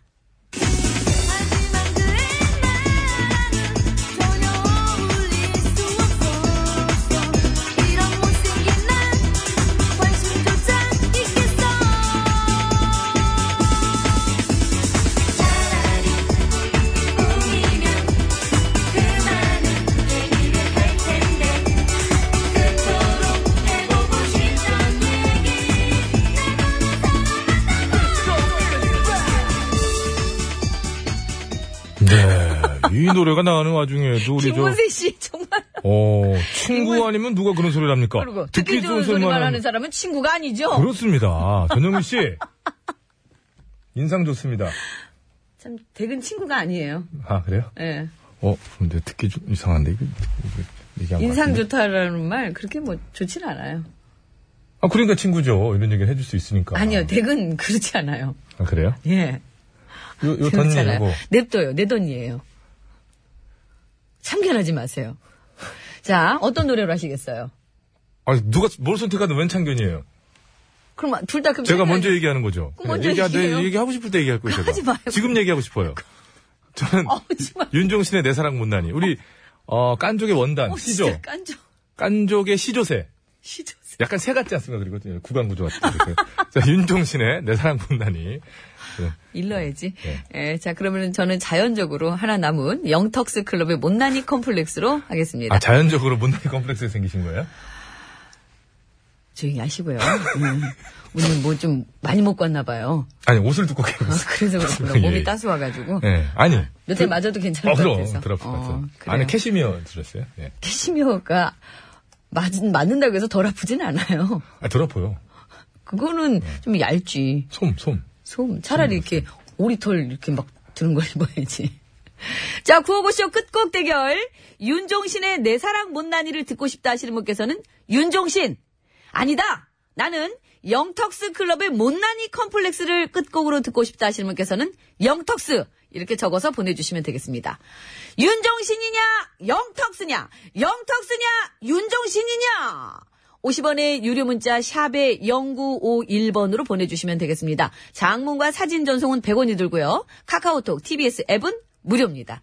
S3: 네. 이 노래가 나오는 와중에도 우리 저,
S2: 김문세 씨 정말
S3: 어, 친구 아니면 누가 그런 소리를 합니까?
S2: 그리고 듣기 좋은 소리만 하는 사람은 친구가 아니죠.
S3: 그렇습니다. 전영미 씨. 인상 좋습니다.
S2: 참 댁은 친구가 아니에요.
S3: 아, 그래요?
S2: 예.
S3: 어, 근데 듣기 좀 이상한데, 이거. 얘기한 것
S2: 인상
S3: 같은데.
S2: 좋다라는 말 그렇게 뭐 좋진 않아요.
S3: 아, 그러니까 친구죠. 이런 얘기를 해줄 수 있으니까.
S2: 아니요, 댁은 그렇지 않아요.
S3: 아, 그래요?
S2: 예.
S3: 요, 요 던지,
S2: 그렇잖아요.
S3: 요거.
S2: 냅둬요. 내 돈이에요. 참견하지 마세요. 자, 어떤 노래로 하시겠어요?
S3: 아, 누가, 뭘 선택하든 웬 참견이에요.
S2: 그럼 둘 다 그럼
S3: 제가
S2: 참견-
S3: 먼저 얘기하는 거죠.
S2: 그럼 먼저
S3: 얘기하, 네,
S2: 얘기해요.
S3: 얘기하고 싶을 때 얘기할 거예요. 제가.
S2: 하지 마요. 어.
S3: 지금 얘기하고 싶어요. 저는 윤종신의 내 사랑 못나니. 우리 어, 깐족의 원단
S2: 어,
S3: 시조.
S2: 진짜 깐족.
S3: 깐족의 시조새.
S2: 시조.
S3: 약간 새 같지 않습니까? 그리고 좀 구강 구조 같은. 그 자, 윤종신의 내 사랑 못나니.
S2: 일러야지.
S3: 네.
S2: 예, 자, 그러면 저는 자연적으로 하나 남은 영턱스 클럽의 못난이 컴플렉스로 하겠습니다.
S3: 아 자연적으로 못나니 컴플렉스 생기신 거예요?
S2: 조용히 하시고요. 음, 오늘 뭐 좀 많이 먹고 왔나 봐요.
S3: 아니 옷을 두껍게
S2: 아,
S3: 입었어요.
S2: 그래서 그렇구나.
S3: 예,
S2: 몸이
S3: 예.
S2: 따스워가지고.
S3: 예, 아니.
S2: 몇 대 맞아도 괜찮을
S3: 어
S2: 것
S3: 그럼
S2: 같아서.
S3: 드랍 같은.
S2: 그래요.
S3: 안에 캐시미어 들었어요. 예.
S2: 캐시미어가 맞은, 맞는다고 해서 덜 아프진 않아요.
S3: 아 더럽어요.
S2: 그거는 좀 얇지.
S3: 솜 솜.
S2: 솜. 차라리 이렇게 오리털 이렇게 막 드는 걸 입어야지. 자, 구호고쇼 끝곡 대결. 윤종신의 내 사랑 못난이를 듣고 싶다 하시는 분께서는 윤종신! 아니다! 나는 영턱스 클럽의 못난이 컴플렉스를 끝곡으로 듣고 싶다 하시는 분께서는 영턱스! 이렇게 적어서 보내주시면 되겠습니다. 윤종신이냐, 영턱스냐, 영턱스냐, 윤종신이냐! 50원의 유료 문자 샵에 0951번으로 보내주시면 되겠습니다. 장문과 사진 전송은 100원이 들고요. 카카오톡, TBS 앱은 무료입니다.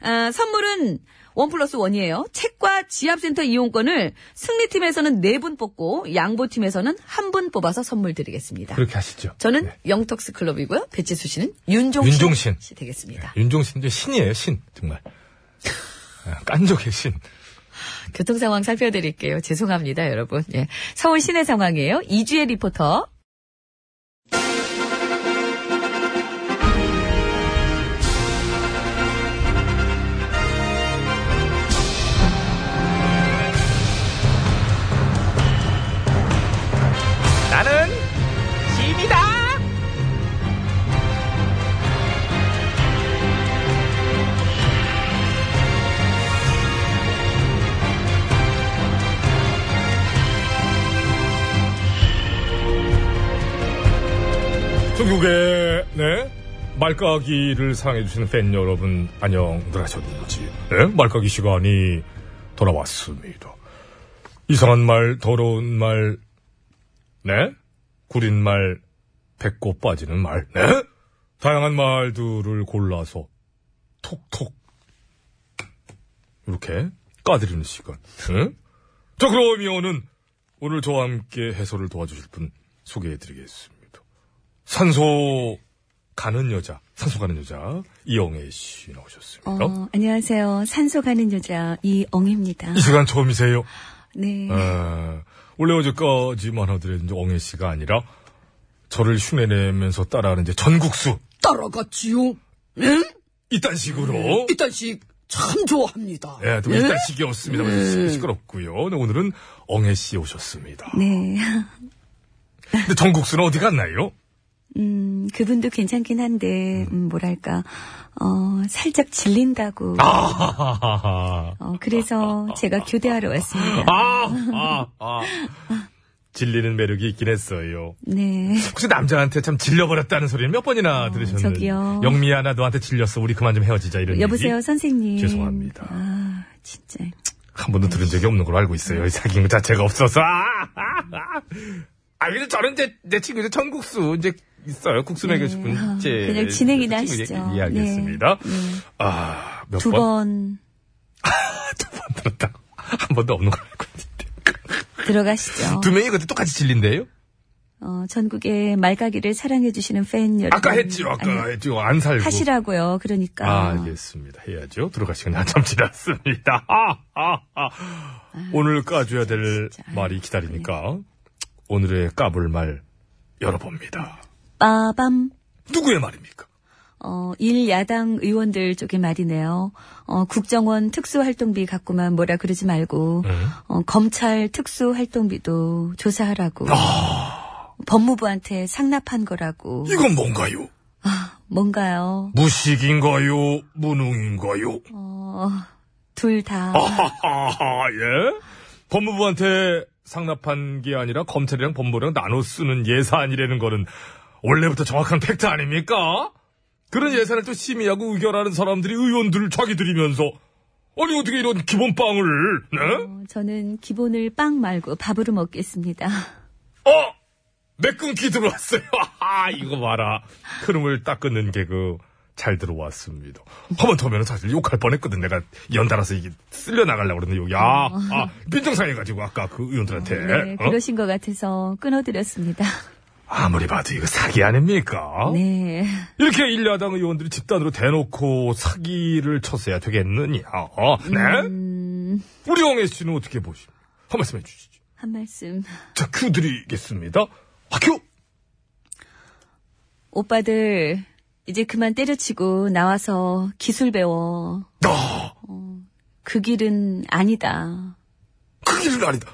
S2: 아, 선물은 원 플러스 원이에요 책과 지압센터 이용권을 승리팀에서는 4분 뽑고 양보팀에서는 1분 뽑아서 선물 드리겠습니다.
S3: 그렇게 하시죠. 예.
S2: 저는 영턱스 클럽이고요. 배치수 씨는 윤종신,
S3: 윤종신. 네.
S2: 씨 되겠습니다.
S3: 아. 윤종신도 신이에요 신 정말. 아, 깐족의 신.
S2: 교통 상황 살펴드릴게요. 죄송합니다, 여러분. 예. 서울 시내 상황이에요. 이주혜 리포터.
S1: 나는 짐이다.
S3: 전국의 네 말까기를 사랑해 주시는 팬 여러분 안녕들 하셨는지 네 말까기 시간이 돌아왔습니다. 이상한 말, 더러운 말, 네 구린 말, 배꼽 빠지는 말, 네 다양한 말들을 골라서 톡톡 이렇게 까드리는 시간. 응? 자 그러면은 오늘 저와 함께 해설을 도와주실 분 소개해드리겠습니다. 산소 가는 여자, 산소 가는 여자 이영애 씨 나오셨습니다.
S4: 어, 안녕하세요. 산소 가는 여자 이엉입니다.
S3: 이 시간 처음이세요?
S4: 네.
S3: 아, 원래 어제까지만 하더라도 이제 엉애 씨가 아니라 저를 흉내내면서 따라하는 이제 전국수
S12: 따라갔지요. 응?
S3: 이딴 식으로
S12: 이딴 식참 좋아합니다.
S3: 예, 또
S12: 예?
S3: 이딴 식이었습니다.
S12: 예.
S3: 시끄럽고요. 네, 오늘은 엉애 씨 오셨습니다.
S4: 네.
S3: 근데 전국수는 어디 갔나요?
S2: 음, 그분도 괜찮긴 한데, 음, 뭐랄까, 어, 살짝 질린다고.
S3: 아하하하.
S2: 어, 그래서 제가 교대하러 왔습니다.
S3: 아, 아, 아. 질리는 매력이 있긴 했어요.
S2: 네.
S3: 혹시 남자한테 참 질려버렸다는 소리를 몇 번이나 들으셨는지.
S2: 어, 저기요.
S3: 영미야, 나 너한테 질렸어. 우리 그만 좀 헤어지자. 이런
S2: 여보세요,
S3: 얘기.
S2: 선생님.
S3: 죄송합니다.
S2: 아, 진짜.
S3: 한 번도 들은 적이 없는 걸로 알고 있어요. 이 사귄 것 자체가 없어서. 아!
S13: 아, 그래서 저는 이제 내 친구 이제 전국수 이제 있어요. 국수 먹여 싶은 제
S2: 네. 아, 그냥 진행이나
S13: 친구 얘기
S2: 하시죠.
S13: 이해하겠습니다.
S2: 네, 네.
S3: 아, 몇
S2: 두
S3: 번?
S2: 번
S3: 안 들었다. 한 번도 없는 걸로 알고
S2: 들어가시죠.
S3: 두 명이 그때 똑같이 질린대요?
S2: 어, 전국의 말가기를 사랑해주시는 팬 여러분.
S3: 아까 했죠. 아까
S2: 네. 아니,
S3: 했죠. 안 살고.
S2: 하시라고요. 그러니까.
S3: 아, 알겠습니다. 해야죠. 들어가시면 한참 지났습니다. 아, 아, 아. 오늘 까줘야 될 말이 기다리니까 오늘의 까볼 말 열어봅니다.
S2: 빠밤.
S3: 누구의 말입니까?
S2: 어, 일 야당 의원들 쪽의 말이네요. 어, 국정원 특수활동비 갖고만 뭐라 그러지
S3: 네.
S2: 말고, 어, 검찰 특수활동비도 조사하라고. 법무부한테 상납한 거라고.
S3: 아. 이건 뭔가요?
S2: 뭔가요?
S3: 무식인가요? 무능인가요?
S2: 어, 둘 다.
S3: 어. 아하하, 예? 법무부한테 상납한 게 아니라 검찰이랑 법무부랑 나눠 쓰는 예산이라는 거는 원래부터 정확한 팩트 아닙니까? 그런 예산을 또 심의하고 의결하는 사람들이 의원들을 자기들이면서 아니 어떻게 이런 기본빵을 네?
S2: 어, 저는 기본을 빵 말고 밥으로 먹겠습니다.
S3: 어! 매끈기 들어왔어요. 아, 이거 봐라. 흐름을 딱 끊는 개그. 잘 들어왔습니다. 한 번 더 하면 사실 욕할 뻔했거든. 내가 연달아서 이게 쓸려 나가려고 그러는데 여기 아, 아 빈정상해가지고 아까 그 의원들한테
S2: 네,
S3: 어?
S2: 그러신 것 같아서 끊어드렸습니다.
S3: 아무리 봐도 이거 사기 아닙니까?
S2: 네.
S3: 이렇게 일야당 의원들이 집단으로 대놓고 사기를 쳤어야 되겠느냐? 어, 네?
S2: 음.
S3: 우리 영애 씨는 어떻게 보십니까? 한 말씀 해주시죠.
S2: 한 말씀.
S3: 자, 큐 드리겠습니다. 아, 큐!
S2: 오빠들, 이제 그만 때려치고 나와서 기술 배워. 어, 그 길은 아니다.
S3: 그 길은 아니다.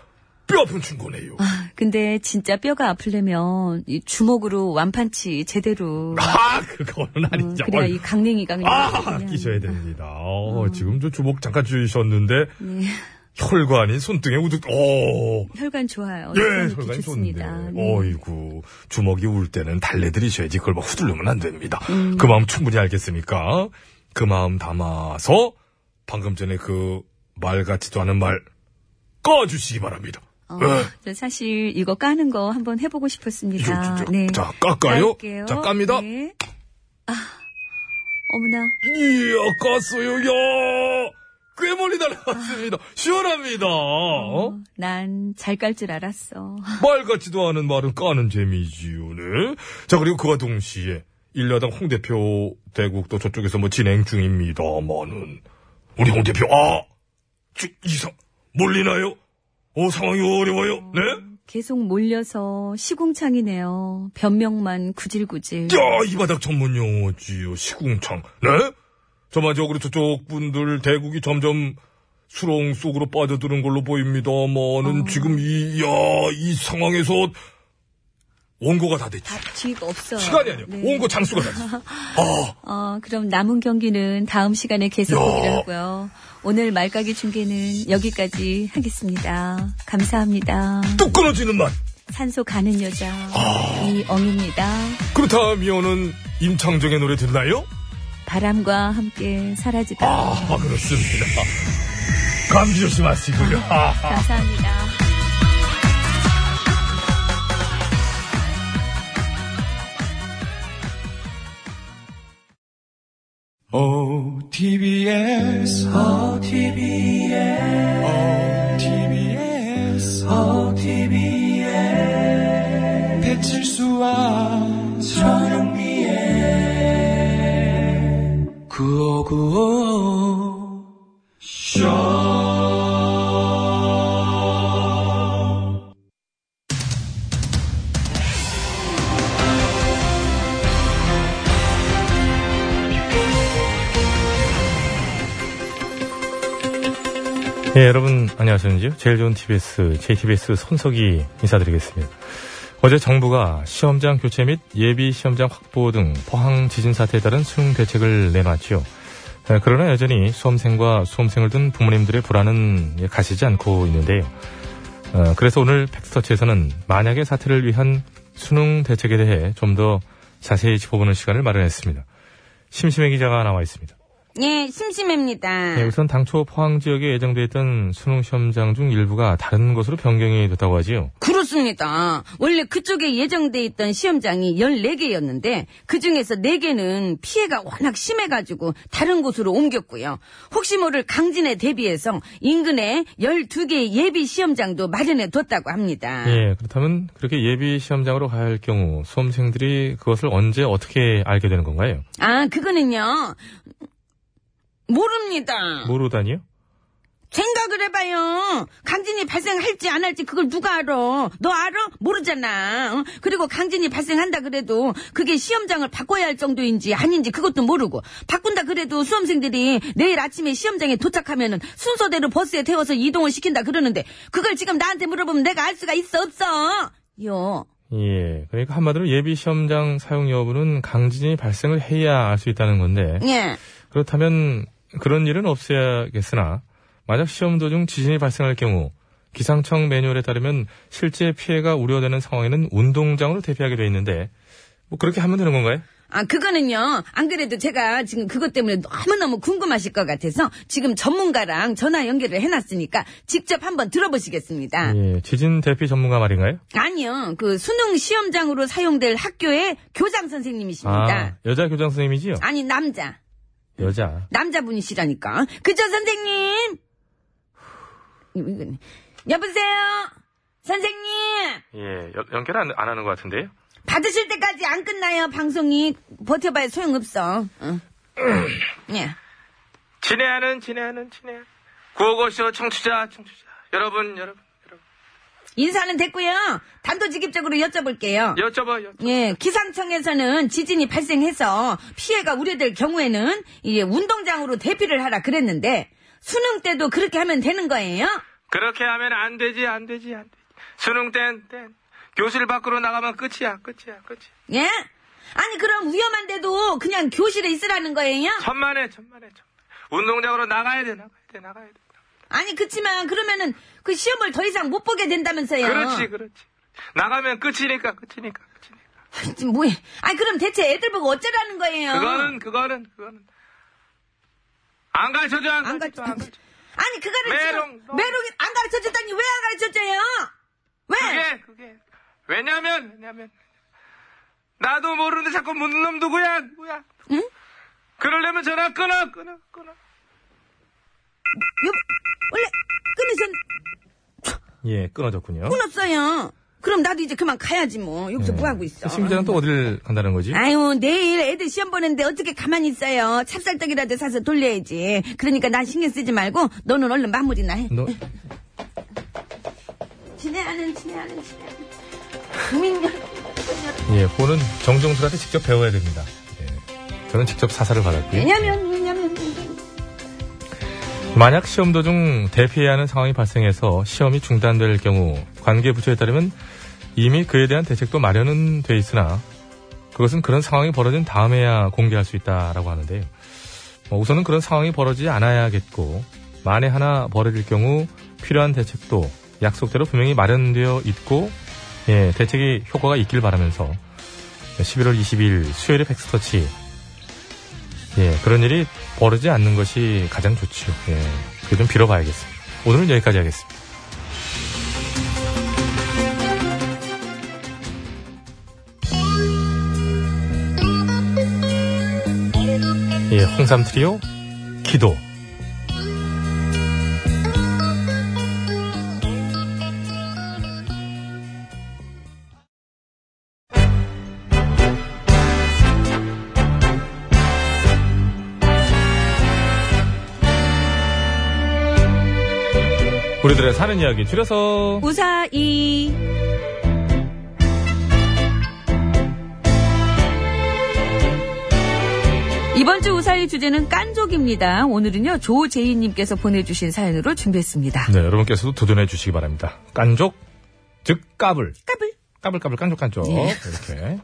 S3: 뼈 아픈 충고네요.
S2: 아, 근데 진짜 뼈가 아프려면 이 주먹으로 완판치 제대로.
S3: 아, 그거는 아니죠.
S2: 그래야
S3: 어이,
S2: 이 강냉이가 그냥.
S3: 아, 끼셔야 됩니다. 어, 지금 저 주먹 잠깐 주셨는데,
S2: 네.
S3: 혈관이 손등에 우뚝, 어,
S2: 혈관 좋아요.
S3: 예,
S2: 혈관이
S3: 혈관이 좋은데.
S2: 좋습니다. 네.
S3: 어이구, 주먹이 울 때는 달래드리셔야지 그걸 막 후들르면 안 됩니다. 그 마음 충분히 알겠습니까? 그 마음 담아서, 방금 전에 그, 말 같지도 않은 말, 꺼주시기 바랍니다.
S2: 어,
S3: 예.
S2: 저 사실 이거 까는 거 한번 해보고 싶었습니다.
S3: 저, 저, 저, 자, 깎아요.
S2: 깔게요.
S3: 자, 깝니다.
S2: 아, 네. 아, 어머나.
S3: 이야, 깠어요, 야! 꽤 멀리 날아갔습니다. 시원합니다. 어?
S2: 난 잘 깔 줄 알았어.
S3: 말 같지도 않은 말은 까는 재미지요, 네? 자, 그리고 그와 동시에, 일야당 홍 대표 대국도 저쪽에서 뭐 진행 중입니다만은, 우리 홍 대표, 아! 지- 이상, 몰리나요? 어, 상황이 어려워요, 네?
S2: 계속 몰려서 시궁창이네요. 변명만 구질구질.
S3: 야, 이 바닥 전문 용어지요. 시궁창. 네? 전반적으로 저쪽 분들 대국이 점점 수렁 속으로 빠져드는 걸로 보입니다만은 지금 이, 야, 이 상황에서 원고가 다 됐지.
S2: 뒤가 없어요.
S3: 시간이 아니야.
S2: 네.
S3: 원고 장수가 다 됐어.
S2: 어, 그럼 남은 경기는 다음 시간에 계속 보기로 하고요. 오늘 말가기 중계는 여기까지 하겠습니다. 감사합니다.
S3: 뚝 끊어지는 맛.
S2: 산소 가는 여자
S3: 아.
S2: 이엉입니다.
S3: 그렇다면은 임창정의 노래 듣나요?
S2: 바람과 함께 사라지다.
S3: 아, 그렇습니다. 감기 조심하시고요. 아.
S2: 감사합니다.
S5: 어, OTBS, 어, OTBS, OTBS, OTBS. 배칠수와 저녁미에 9595 쇼.
S3: 예, 여러분 안녕하셨는지요? 제일 좋은 TBS, JTBS 손석희 인사드리겠습니다. 어제 정부가 시험장 교체 및 예비 시험장 확보 등 포항 지진 사태에 따른 수능 대책을 내놨지요. 예, 그러나 여전히 수험생과 수험생을 둔 부모님들의 불안은 예, 가시지 않고 있는데요. 어, 그래서 오늘 팩스터치에서는 만약의 사태를 위한 수능 대책에 대해 좀 더 자세히 짚어보는 시간을 마련했습니다. 심심해 기자가 나와 있습니다.
S2: 예, 심심합니다.
S3: 예, 우선 당초 포항 지역에 예정돼 있던 수능 시험장 중 일부가 다른 곳으로 변경이 됐다고 하지요.
S2: 그렇습니다. 원래 그쪽에 예정돼 있던 시험장이 14개였는데 그중에서 4개는 피해가 워낙 심해가지고 다른 곳으로 옮겼고요. 혹시 모를 강진에 대비해서 인근에 12개의 예비 시험장도 마련해 뒀다고 합니다.
S3: 예, 그렇다면 그렇게 예비 시험장으로 갈 경우 수험생들이 그것을 언제 어떻게 알게 되는 건가요?
S2: 아, 그거는요. 모릅니다.
S3: 모르다니요?
S2: 생각을 해봐요. 강진이 발생할지 안 할지 그걸 누가 알아? 너 알아? 모르잖아. 어? 그리고 강진이 발생한다 그래도 그게 시험장을 바꿔야 할 정도인지 아닌지 그것도 모르고 바꾼다 그래도 수험생들이 내일 아침에 시험장에 도착하면은 순서대로 버스에 태워서 이동을 시킨다 그러는데 그걸 지금 나한테 물어보면 내가 알 수가 있어 없어? 요.
S3: 예, 그러니까 한마디로 예비 시험장 사용 여부는 강진이 발생을 해야 알 수 있다는 건데.
S2: 예.
S3: 그렇다면 그런 일은 없어야겠으나 만약 시험 도중 지진이 발생할 경우 기상청 매뉴얼에 따르면 실제 피해가 우려되는 상황에는 운동장으로 대피하게 돼 있는데 뭐 그렇게 하면 되는 건가요?
S2: 아, 그거는요. 안 그래도 제가 지금 그것 때문에 너무너무 궁금하실 것 같아서 지금 전문가랑 전화 연결을 해놨으니까 직접 한번 들어보시겠습니다.
S3: 예, 지진 대피 전문가 말인가요?
S2: 아니요. 그 수능 시험장으로 사용될 학교의 교장
S3: 아,
S2: 선생님이십니다.
S3: 여자 교장 선생님이지요?
S2: 아니, 남자.
S3: 여자.
S2: 남자분이시라니까. 그죠, 선생님? 이건- 여보세요? 선생님!
S3: 예, 연결 안, 안 하는 것 같은데요?
S2: 받으실 때까지 안 끝나요, 방송이. 버텨봐야 소용없어. 응. 예.
S14: 진해하는 진해하는 진해. 구호고쇼 청취자 청취자 여러분 여러분
S2: 인사는 됐고요. 단도직입적으로 여쭤볼게요.
S14: 여쭤봐요.
S2: 예, 기상청에서는 지진이 발생해서 피해가 우려될 경우에는 이 운동장으로 대피를 하라 그랬는데 수능 때도 그렇게 하면 되는 거예요?
S14: 그렇게 하면 안 되지 안 되지 안 되지. 수능 땐 땐. 교실 밖으로 나가면 끝이야 끝이야 끝이야.
S2: 예? 아니 그럼 위험한데도 그냥 교실에 있으라는 거예요?
S14: 천만에 천만에 천. 운동장으로 나가야 돼 나가야 돼 나가야 돼.
S2: 아니 그치만 그러면은 그 시험을 더 이상 못 보게 된다면서요?
S14: 그렇지 그렇지. 나가면 끝이니까 끝이니까.
S2: 뭐, 아니 그럼 대체 애들 보고 어쩌라는 거예요?
S14: 그거는 그거는 그거는 안 가르쳐줘 안 가르쳐줘 안 가르쳐줘.
S2: 아니 그거를
S14: 메롱,
S2: 지금 메롱이 안 가르쳐 줬다니 왜 안 가르쳐 줘요? 왜?
S14: 그게 그게 왜냐면 왜냐면 나도 모르는데 자꾸 묻는 놈 누구야 누구야
S2: 응?
S14: 그러려면 전화 끊어 끊어 끊어
S2: 여, 원래 끊으셨
S3: 예, 끊어졌군요.
S2: 끊었어요. 그럼 나도 이제 그만 가야지 뭐. 여기서 뭐 하고 있어?
S3: 음. 심지어는 또 어딜 간다는 거지?
S2: 아유 내일 애들 시험 보는데 어떻게 가만히 있어요? 찹쌀떡이라도 사서 돌려야지. 그러니까 난 신경 쓰지 말고 너는 얼른 마무리나 해.
S3: 너,
S2: 지내하는 지내하는 지내하는 국민 여러분.
S3: 예, 그거는 정종술한테 직접 배워야 됩니다. 예, 저는 직접 사사를 받았고요.
S2: 왜냐면 왜냐면
S3: 만약 시험 도중 대피해야 하는 상황이 발생해서 시험이 중단될 경우 관계 부처에 따르면 이미 그에 대한 대책도 마련은 돼 있으나 그것은 그런 상황이 벌어진 다음에야 공개할 수 있다라고 하는데요. 뭐 우선은 그런 상황이 벌어지지 않아야겠고 만에 하나 벌어질 경우 필요한 대책도 약속대로 분명히 마련되어 있고 예, 대책이 효과가 있길 바라면서 11월 22일 수요일에 팩스터치 예, 그런 일이 벌어지지 않는 것이 가장 좋지요. 예, 그게 좀 빌어봐야겠습니다. 오늘은 여기까지 하겠습니다. 예, 홍삼 트리오 기도. 우리들의 사는 이야기 줄여서
S15: 우사이. 이번 주 우사의 주제는 깐족입니다. 오늘은요, 조재희님께서 보내주신 사연으로 준비했습니다.
S3: 네, 여러분께서도 도전해 주시기 바랍니다. 깐족, 즉 까불.
S15: 까불.
S3: 까불까불 깐족깐족
S2: 예.
S3: 이렇게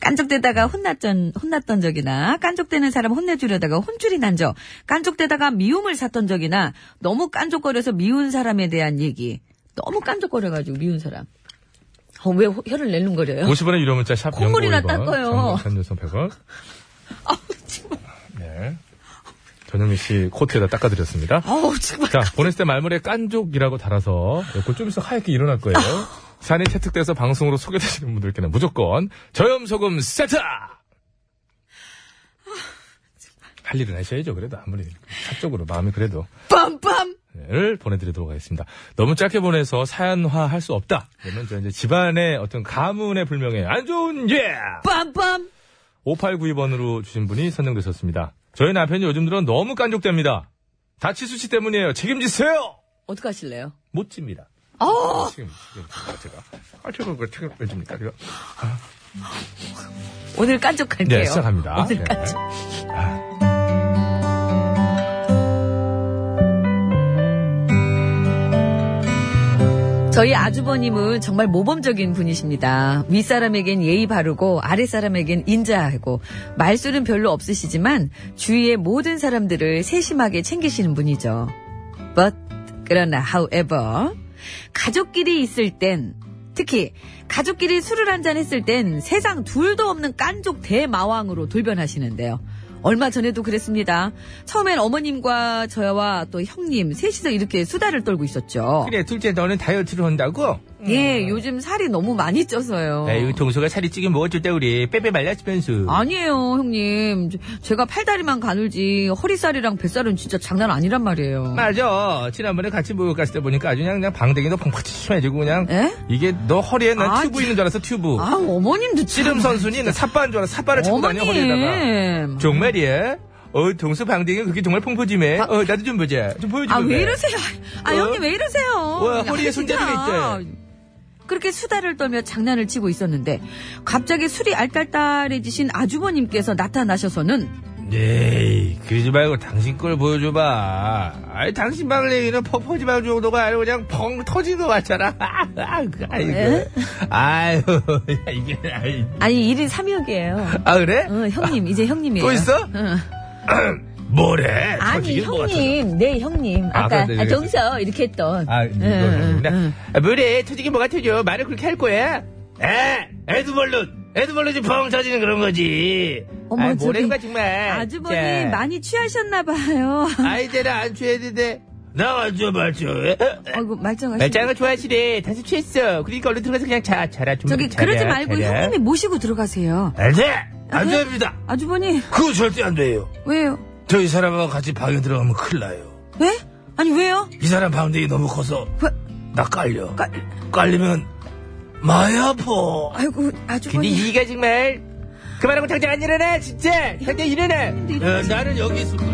S2: 깐족대다가 혼났던, 혼났던 적이나, 깐족대는 사람 혼내주려다가 혼줄이 난 적, 깐족대다가 미움을 샀던 적이나, 너무 깐족거려서 미운 사람에 대한 얘기. 너무 깐족거려가지고 미운 사람. 어, 왜 호- 혀를 낼름거려요?
S3: 50원의 유료 문자 샵
S2: 콧물이나
S3: 0951번,
S2: 닦아요. 아,
S3: 장여성 100원 네. 전영미 씨 코트에다 닦아드렸습니다.
S2: 어우, 정말.
S3: 자, 보냈을 때 말머리에 깐족이라고 달아서 곧좀 있으면 하얗게 일어날 거예요. 사연이 채택돼서 방송으로 소개되시는 분들께는 무조건 저염소금 세트! 할 일은 하셔야죠. 그래도 아무리 사적으로 마음이 그래도
S12: 빰빰!
S3: 를 보내드리도록 하겠습니다. 너무 짧게 보내서 사연화 할 수 없다. 그러면 저 이제 집안의 어떤 가문의 불명예 안 좋은 예
S2: 빰빰!
S3: 5892번으로 주신 분이 선정되셨습니다. 저희 남편이 요즘 들어 너무 깐족됩니다. 다치 수치 때문이에요. 책임지세요.
S2: 어떡하실래요?
S3: 못 집니다.
S2: 어!
S3: 지금 지금 제가 아 제가 그걸 책임 왜 집니까 제가
S2: 네, 오늘 깐족할게요. 어,
S3: 네 시작합니다.
S2: 오늘
S3: 네.
S2: 깐족. 저희 아주버님은 정말 모범적인 분이십니다. 윗사람에겐 예의 바르고 아랫사람에겐 인자하고 말수는 별로 없으시지만 주위의 모든 사람들을 세심하게 챙기시는 분이죠. But 그러나 however 가족끼리 있을 땐 특히 가족끼리 술을 한잔 했을 땐 세상 둘도 없는 깐족 대마왕으로 돌변하시는데요. 얼마 전에도 그랬습니다. 처음엔 어머님과 저와 또 형님 셋이서 이렇게 수다를 떨고 있었죠.
S1: 그래, 둘째 너는 다이어트를 한다고?
S2: 예, 요즘 살이 너무 많이 쪄서요.
S1: 네, 에이, 동서가 살이 찌긴 먹었을때 우리 빼빼 말랐으면서.
S2: 아니에요, 형님. 제- 제가 팔다리만 가늘지 허리살이랑 뱃살은 진짜 장난 아니란 말이에요.
S1: 맞아. 지난번에 같이 목욕 갔을 때 보니까 아주 그냥, 그냥 방댕이도 펑펑 치해지고 그냥. 이게 너 허리에 난
S2: 아,
S1: 튜브 있는 줄 알았어, 튜브.
S2: 예? 아, 어머님도
S1: 씨름 선수니 나 삿바인 줄 알아. 삿바를 차고 다녀,
S2: 어머님.
S1: 허리에다가. 정말이야? 어, 동서 방댕이 그게 정말 펑퍼짐해. 어, 나도 좀 보자. 좀 보여줘.
S2: 아,
S1: 봐.
S2: 왜 이러세요? 아,
S1: 어?
S2: 형님 왜 이러세요?
S1: 와, 허리에
S2: 아, 진짜.
S1: 손잡이가 있대.
S2: 그렇게 수다를 떨며 장난을 치고 있었는데 갑자기 술이 알딸딸해지신 아주버님께서 나타나셔서는
S1: 에이, 그러지 말고 당신 걸 보여줘봐. 아이, 당신 방댕이는 퍼퍼지방 정도가 아니고 그냥 펑 터진 것 같잖아. 아이고.
S2: 에?
S1: 아유, 야, 이게, 아이.
S2: 아니 1인 3역이에요.
S1: 아, 그래?
S2: 어, 형님 이제 형님이에요.
S1: 또 있어?
S2: 응.
S3: 네,
S1: 뭐래?
S2: 아니
S1: 터지긴 뭐가
S2: 형님, 네 형님.
S1: 아,
S2: 아까
S1: 그래, 그래,
S2: 아,
S1: 그래.
S2: 정서 이렇게 했던. 네.
S1: 아,
S2: 응, 응,
S1: 이거구나. 아, 뭐래? 터지긴 뭐가 터져? 말을 그렇게 할 거야? 에, 에드벌룬, 에드벌룬이 펑 터지는 그런 거지.
S2: 어머,
S1: 아이, 뭐래가
S2: 저기
S1: 정말.
S2: 아주버님
S1: 자.
S2: 많이 취하셨나 봐요.
S1: 아이들은 안 취해야 되는데. 나 완전 말죠.
S2: 아이고 말짱하시.
S1: 말짱을 좋아하시래. 다시 취했어. 그러니까 얼른 들어가서 그냥 자, 자라. 좀
S2: 저기
S1: 자라,
S2: 그러지 말고
S1: 자라.
S2: 형님이 모시고 들어가세요.
S1: 안 돼! 안
S2: 아, 왜?
S1: 됩니다.
S2: 아주버님
S5: 그거 절대 안 돼요.
S2: 왜요?
S5: 저이 사람하고 같이 방에 들어가면 큰일 나요.
S2: 왜? 아니 왜요? 그,
S5: 이 사람 방댕이 너무 커서 나 깔려. 깔리면 많이 아파.
S2: 아이고
S1: 근데
S2: 아주버님.
S1: 이가 정말. 그만하고 당장 안 일어나, 진짜! 당장 일어나!
S5: 에, 나는 여기 있을 거야.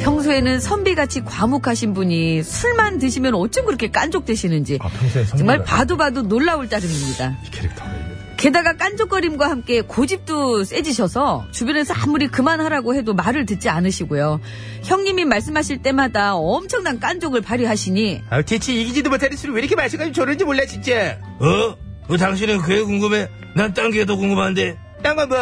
S2: 평소에는 선비같이 과묵하신 분이 술만 드시면 어쩜 그렇게 깐족되시는지
S3: 평소에
S2: 정말 봐도 봐도 놀라울 따름입니다. 게다가 깐족거림과 함께 고집도 세지셔서 주변에서 아무리 그만하라고 해도 말을 듣지 않으시고요. 형님이 말씀하실 때마다 엄청난 깐족을 발휘하시니
S1: 아, 대체 이기지도 못하는 술을 왜 이렇게 마셔가지고 저런지 몰라, 진짜.
S5: 어? 어, 당신은 그게 궁금해? 난 딴 게 더 궁금한데.
S1: 딴건 뭐.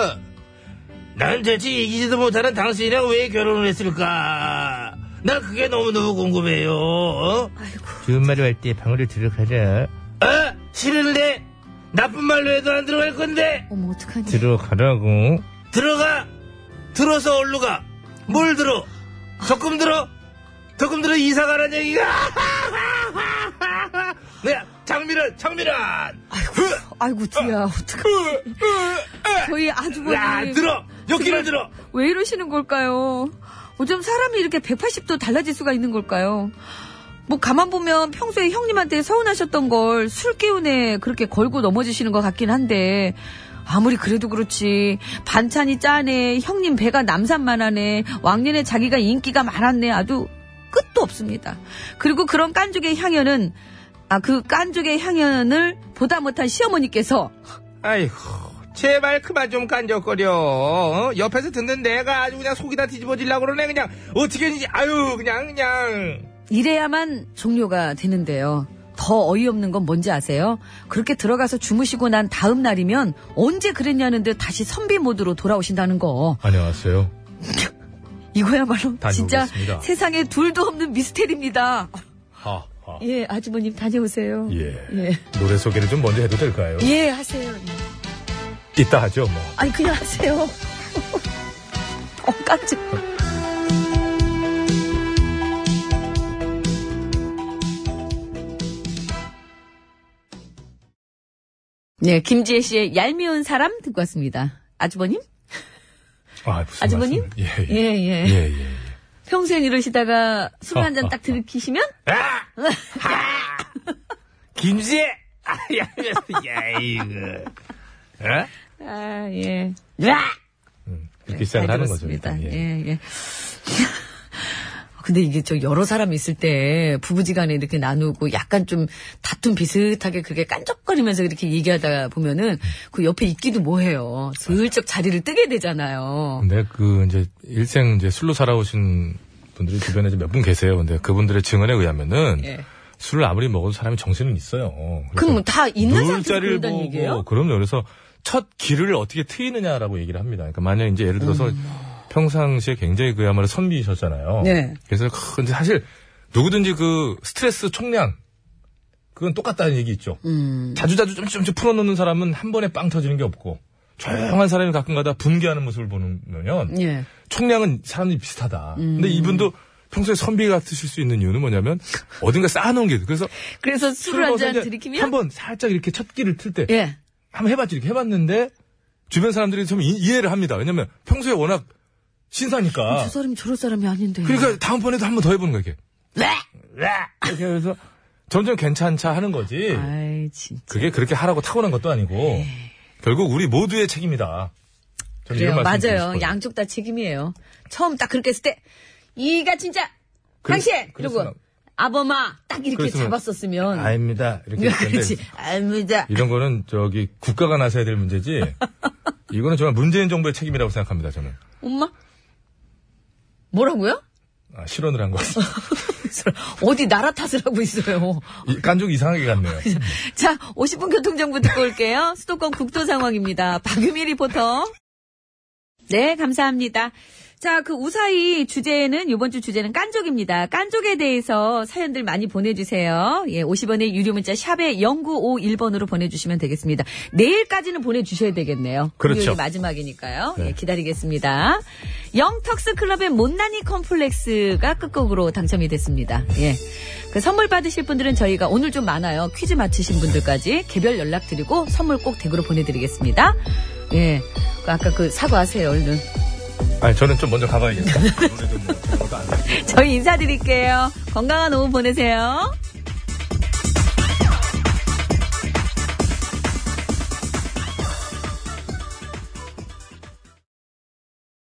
S5: 난 대체 이기지도 못하는 당신이랑 왜 결혼을 했을까? 난 그게 너무너무 궁금해요. 어?
S1: 좋은 말을 할 때 방울을 들어가라.
S5: 어? 싫은데? 나쁜 말로 해도 안 들어갈 건데?
S2: 어머 어떡하니
S1: 들어가라고.
S5: 들어가! 들어서 얼루 가! 뭘 들어? 적금 들어? 적금 들어 이사 가란 얘기가? 네, 장미란, 장미란!
S2: 아이고 뒤야 어떡하 저희
S5: 네. 야,
S2: 아주버님
S5: 들어! 여기를 들어!
S2: 왜 이러시는 걸까요? 어쩜 사람이 이렇게 180도 달라질 수가 있는 걸까요? 뭐 가만 보면 평소에 형님한테 서운하셨던 걸 술 기운에 그렇게 걸고 넘어지시는 것 같긴 한데 아무리 그래도 그렇지 반찬이 짜네 형님 배가 남산만하네 왕년에 자기가 인기가 많았네 아주 끝도 없습니다. 그리고 그런 깐족의 향연은 아 그 깐족의 향연을 보다 못한 시어머니께서
S1: 아이고, 제발 그만 좀 간적거려. 어? 옆에서 듣는 내가 아주 그냥 속이 다 뒤집어지려고 그러네. 그냥 어떻게 했지? 아유 그냥 그냥.
S2: 이래야만 종료가 되는데요. 더 어이없는 건 뭔지 아세요? 그렇게 들어가서 주무시고 난 다음 날이면 언제 그랬냐는 듯 다시 선비 모드로 돌아오신다는 거.
S3: 안녕하세요.
S2: 이거야말로 진짜
S3: 다녀오겠습니다.
S2: 세상에 둘도 없는 미스테리입니다.
S3: 하, 하.
S2: 예, 아주버님 다녀오세요.
S3: 예.
S2: 예.
S3: 노래 소개를 좀 먼저 해도 될까요?
S2: 예, 하세요.
S3: 이따 하죠, 뭐.
S2: 아니, 그냥 하세요. 어, 깜짝 네, 김지혜 씨의 얄미운 사람 듣고 왔습니다. 아주버님?
S3: 아, 무슨
S2: 아주버님?
S3: 말씀을- 예,
S2: 예,
S3: 예.
S2: 예.
S3: 예, 예.
S2: 평소엔 이러시다가 술 한 잔 딱 들이키시면?
S1: 김지혜. 아야, 야 이거. 예?
S2: 아, 예.
S3: 이렇게 시작을 하는 거죠.
S2: 습니다
S3: 일단. 예.
S2: 예, 예. 근데 이게 저 여러 사람이 있을 때 부부지간에 이렇게 나누고 약간 좀 다툼 비슷하게 그게 깐적거리면서 이렇게 얘기하다 보면은 그 옆에 있기도 뭐해요. 슬쩍 자리를 뜨게 되잖아요.
S3: 근데 그 이제 일생 이제 술로 살아오신 분들이 주변에 몇 분 계세요. 근데 그분들의 증언에 의하면은
S2: 예.
S3: 술을 아무리 먹어도 사람이 정신은 있어요. 그래서
S2: 그럼 뭐 다 있는
S3: 누울
S2: 상태로
S3: 자리를
S2: 그런다는
S3: 보고,
S2: 얘기예요?
S3: 그럼요. 그래서 첫 길을 어떻게 트이느냐라고 얘기를 합니다. 그러니까 만약 이제 예를 들어서 평상시에 굉장히 그야말로 선비셨잖아요.
S2: 네.
S3: 그래서 크, 근데 사실 누구든지 그 스트레스 총량 그건 똑같다는 얘기 있죠.
S2: 음,
S3: 자주자주 좀좀씩 풀어놓는 사람은 한 번에 빵 터지는 게 없고 조용한 사람이 가끔가다 분개하는 모습을 보면
S2: 예.
S3: 총량은 사람들이 비슷하다.
S2: 음.
S3: 근데 이분도 평소에 선비 같으실 수 있는 이유는 뭐냐면 어딘가 쌓아놓은 게 있어요. 그래서
S2: 그래서 술을
S3: 먹어서
S2: 한잔
S3: 이제
S2: 들이키면?
S3: 한번 살짝 이렇게 첫 끼를 틀 때
S2: 예.
S3: 한번 해봤지 이렇게 해봤는데 주변 사람들이 좀 이, 해를 합니다. 왜냐면 평소에 워낙 신사니까
S2: 저 사람이 저럴 사람이 아닌데.
S3: 아. 그러니까 다음번에도 한 번 더 해보는 거야 이렇게
S2: 네.
S3: 이렇게 해서 점점 괜찮차 하는 거지
S2: 아이, 진짜.
S3: 그게 그렇게 하라고 타고난 것도 아니고 결국 우리 모두의 책임이다. 저는
S2: 네. 그래요.
S3: 네, 이런 말씀 드리고
S2: 맞아요.
S3: 싶어요.
S2: 양쪽 다 책임이에요. 처음 딱 그렇게 했을 때, 이가 진짜, 당신! 이러고,
S3: 그랬으면-
S2: 아범아! 딱 이렇게
S3: 그랬으면-
S2: 잡았었으면.
S3: 아닙니다. 이렇게 했을 텐데
S2: 네, 그렇지. 아닙니다.
S3: 이런 거는 저기 국가가 나서야 될 문제지. 이거는 정말 문재인 정부의 책임이라고 생각합니다. 저는
S2: 엄마? 뭐라고요?
S3: 아, 실언을 한 것 같습니다.
S2: 어디 나라 탓을 하고 있어요.
S3: 이- 깐족 이상하게 갔네요.
S2: 자, 50분 교통정보 듣고 올게요. 수도권 국도 상황입니다. 박유미 리포터. 네, 감사합니다. 자, 그 우사히 주제는, 이번 주 주제는 깐족입니다. 깐족에 대해서 사연들 많이 보내주세요. 예, 50원의 유료 문자 샵에 0951번으로 보내주시면 되겠습니다. 내일까지는 보내주셔야 되겠네요.
S3: 그렇죠.
S2: 금요일이 마지막이니까요.
S3: 네.
S2: 예, 기다리겠습니다. 영턱스 클럽의 못난이 컴플렉스가 끝곡으로 당첨이 됐습니다. 예. 그 선물 받으실 분들은 저희가 오늘 좀 많아요. 퀴즈 맞히신 분들까지 개별 연락 드리고 선물 꼭 댁으로 보내드리겠습니다. 예. 그 아까 그 사과하세요, 얼른.
S3: 아니 저는 좀 먼저 가봐야겠어요.
S2: 저희 인사드릴게요. 건강한 오후 보내세요.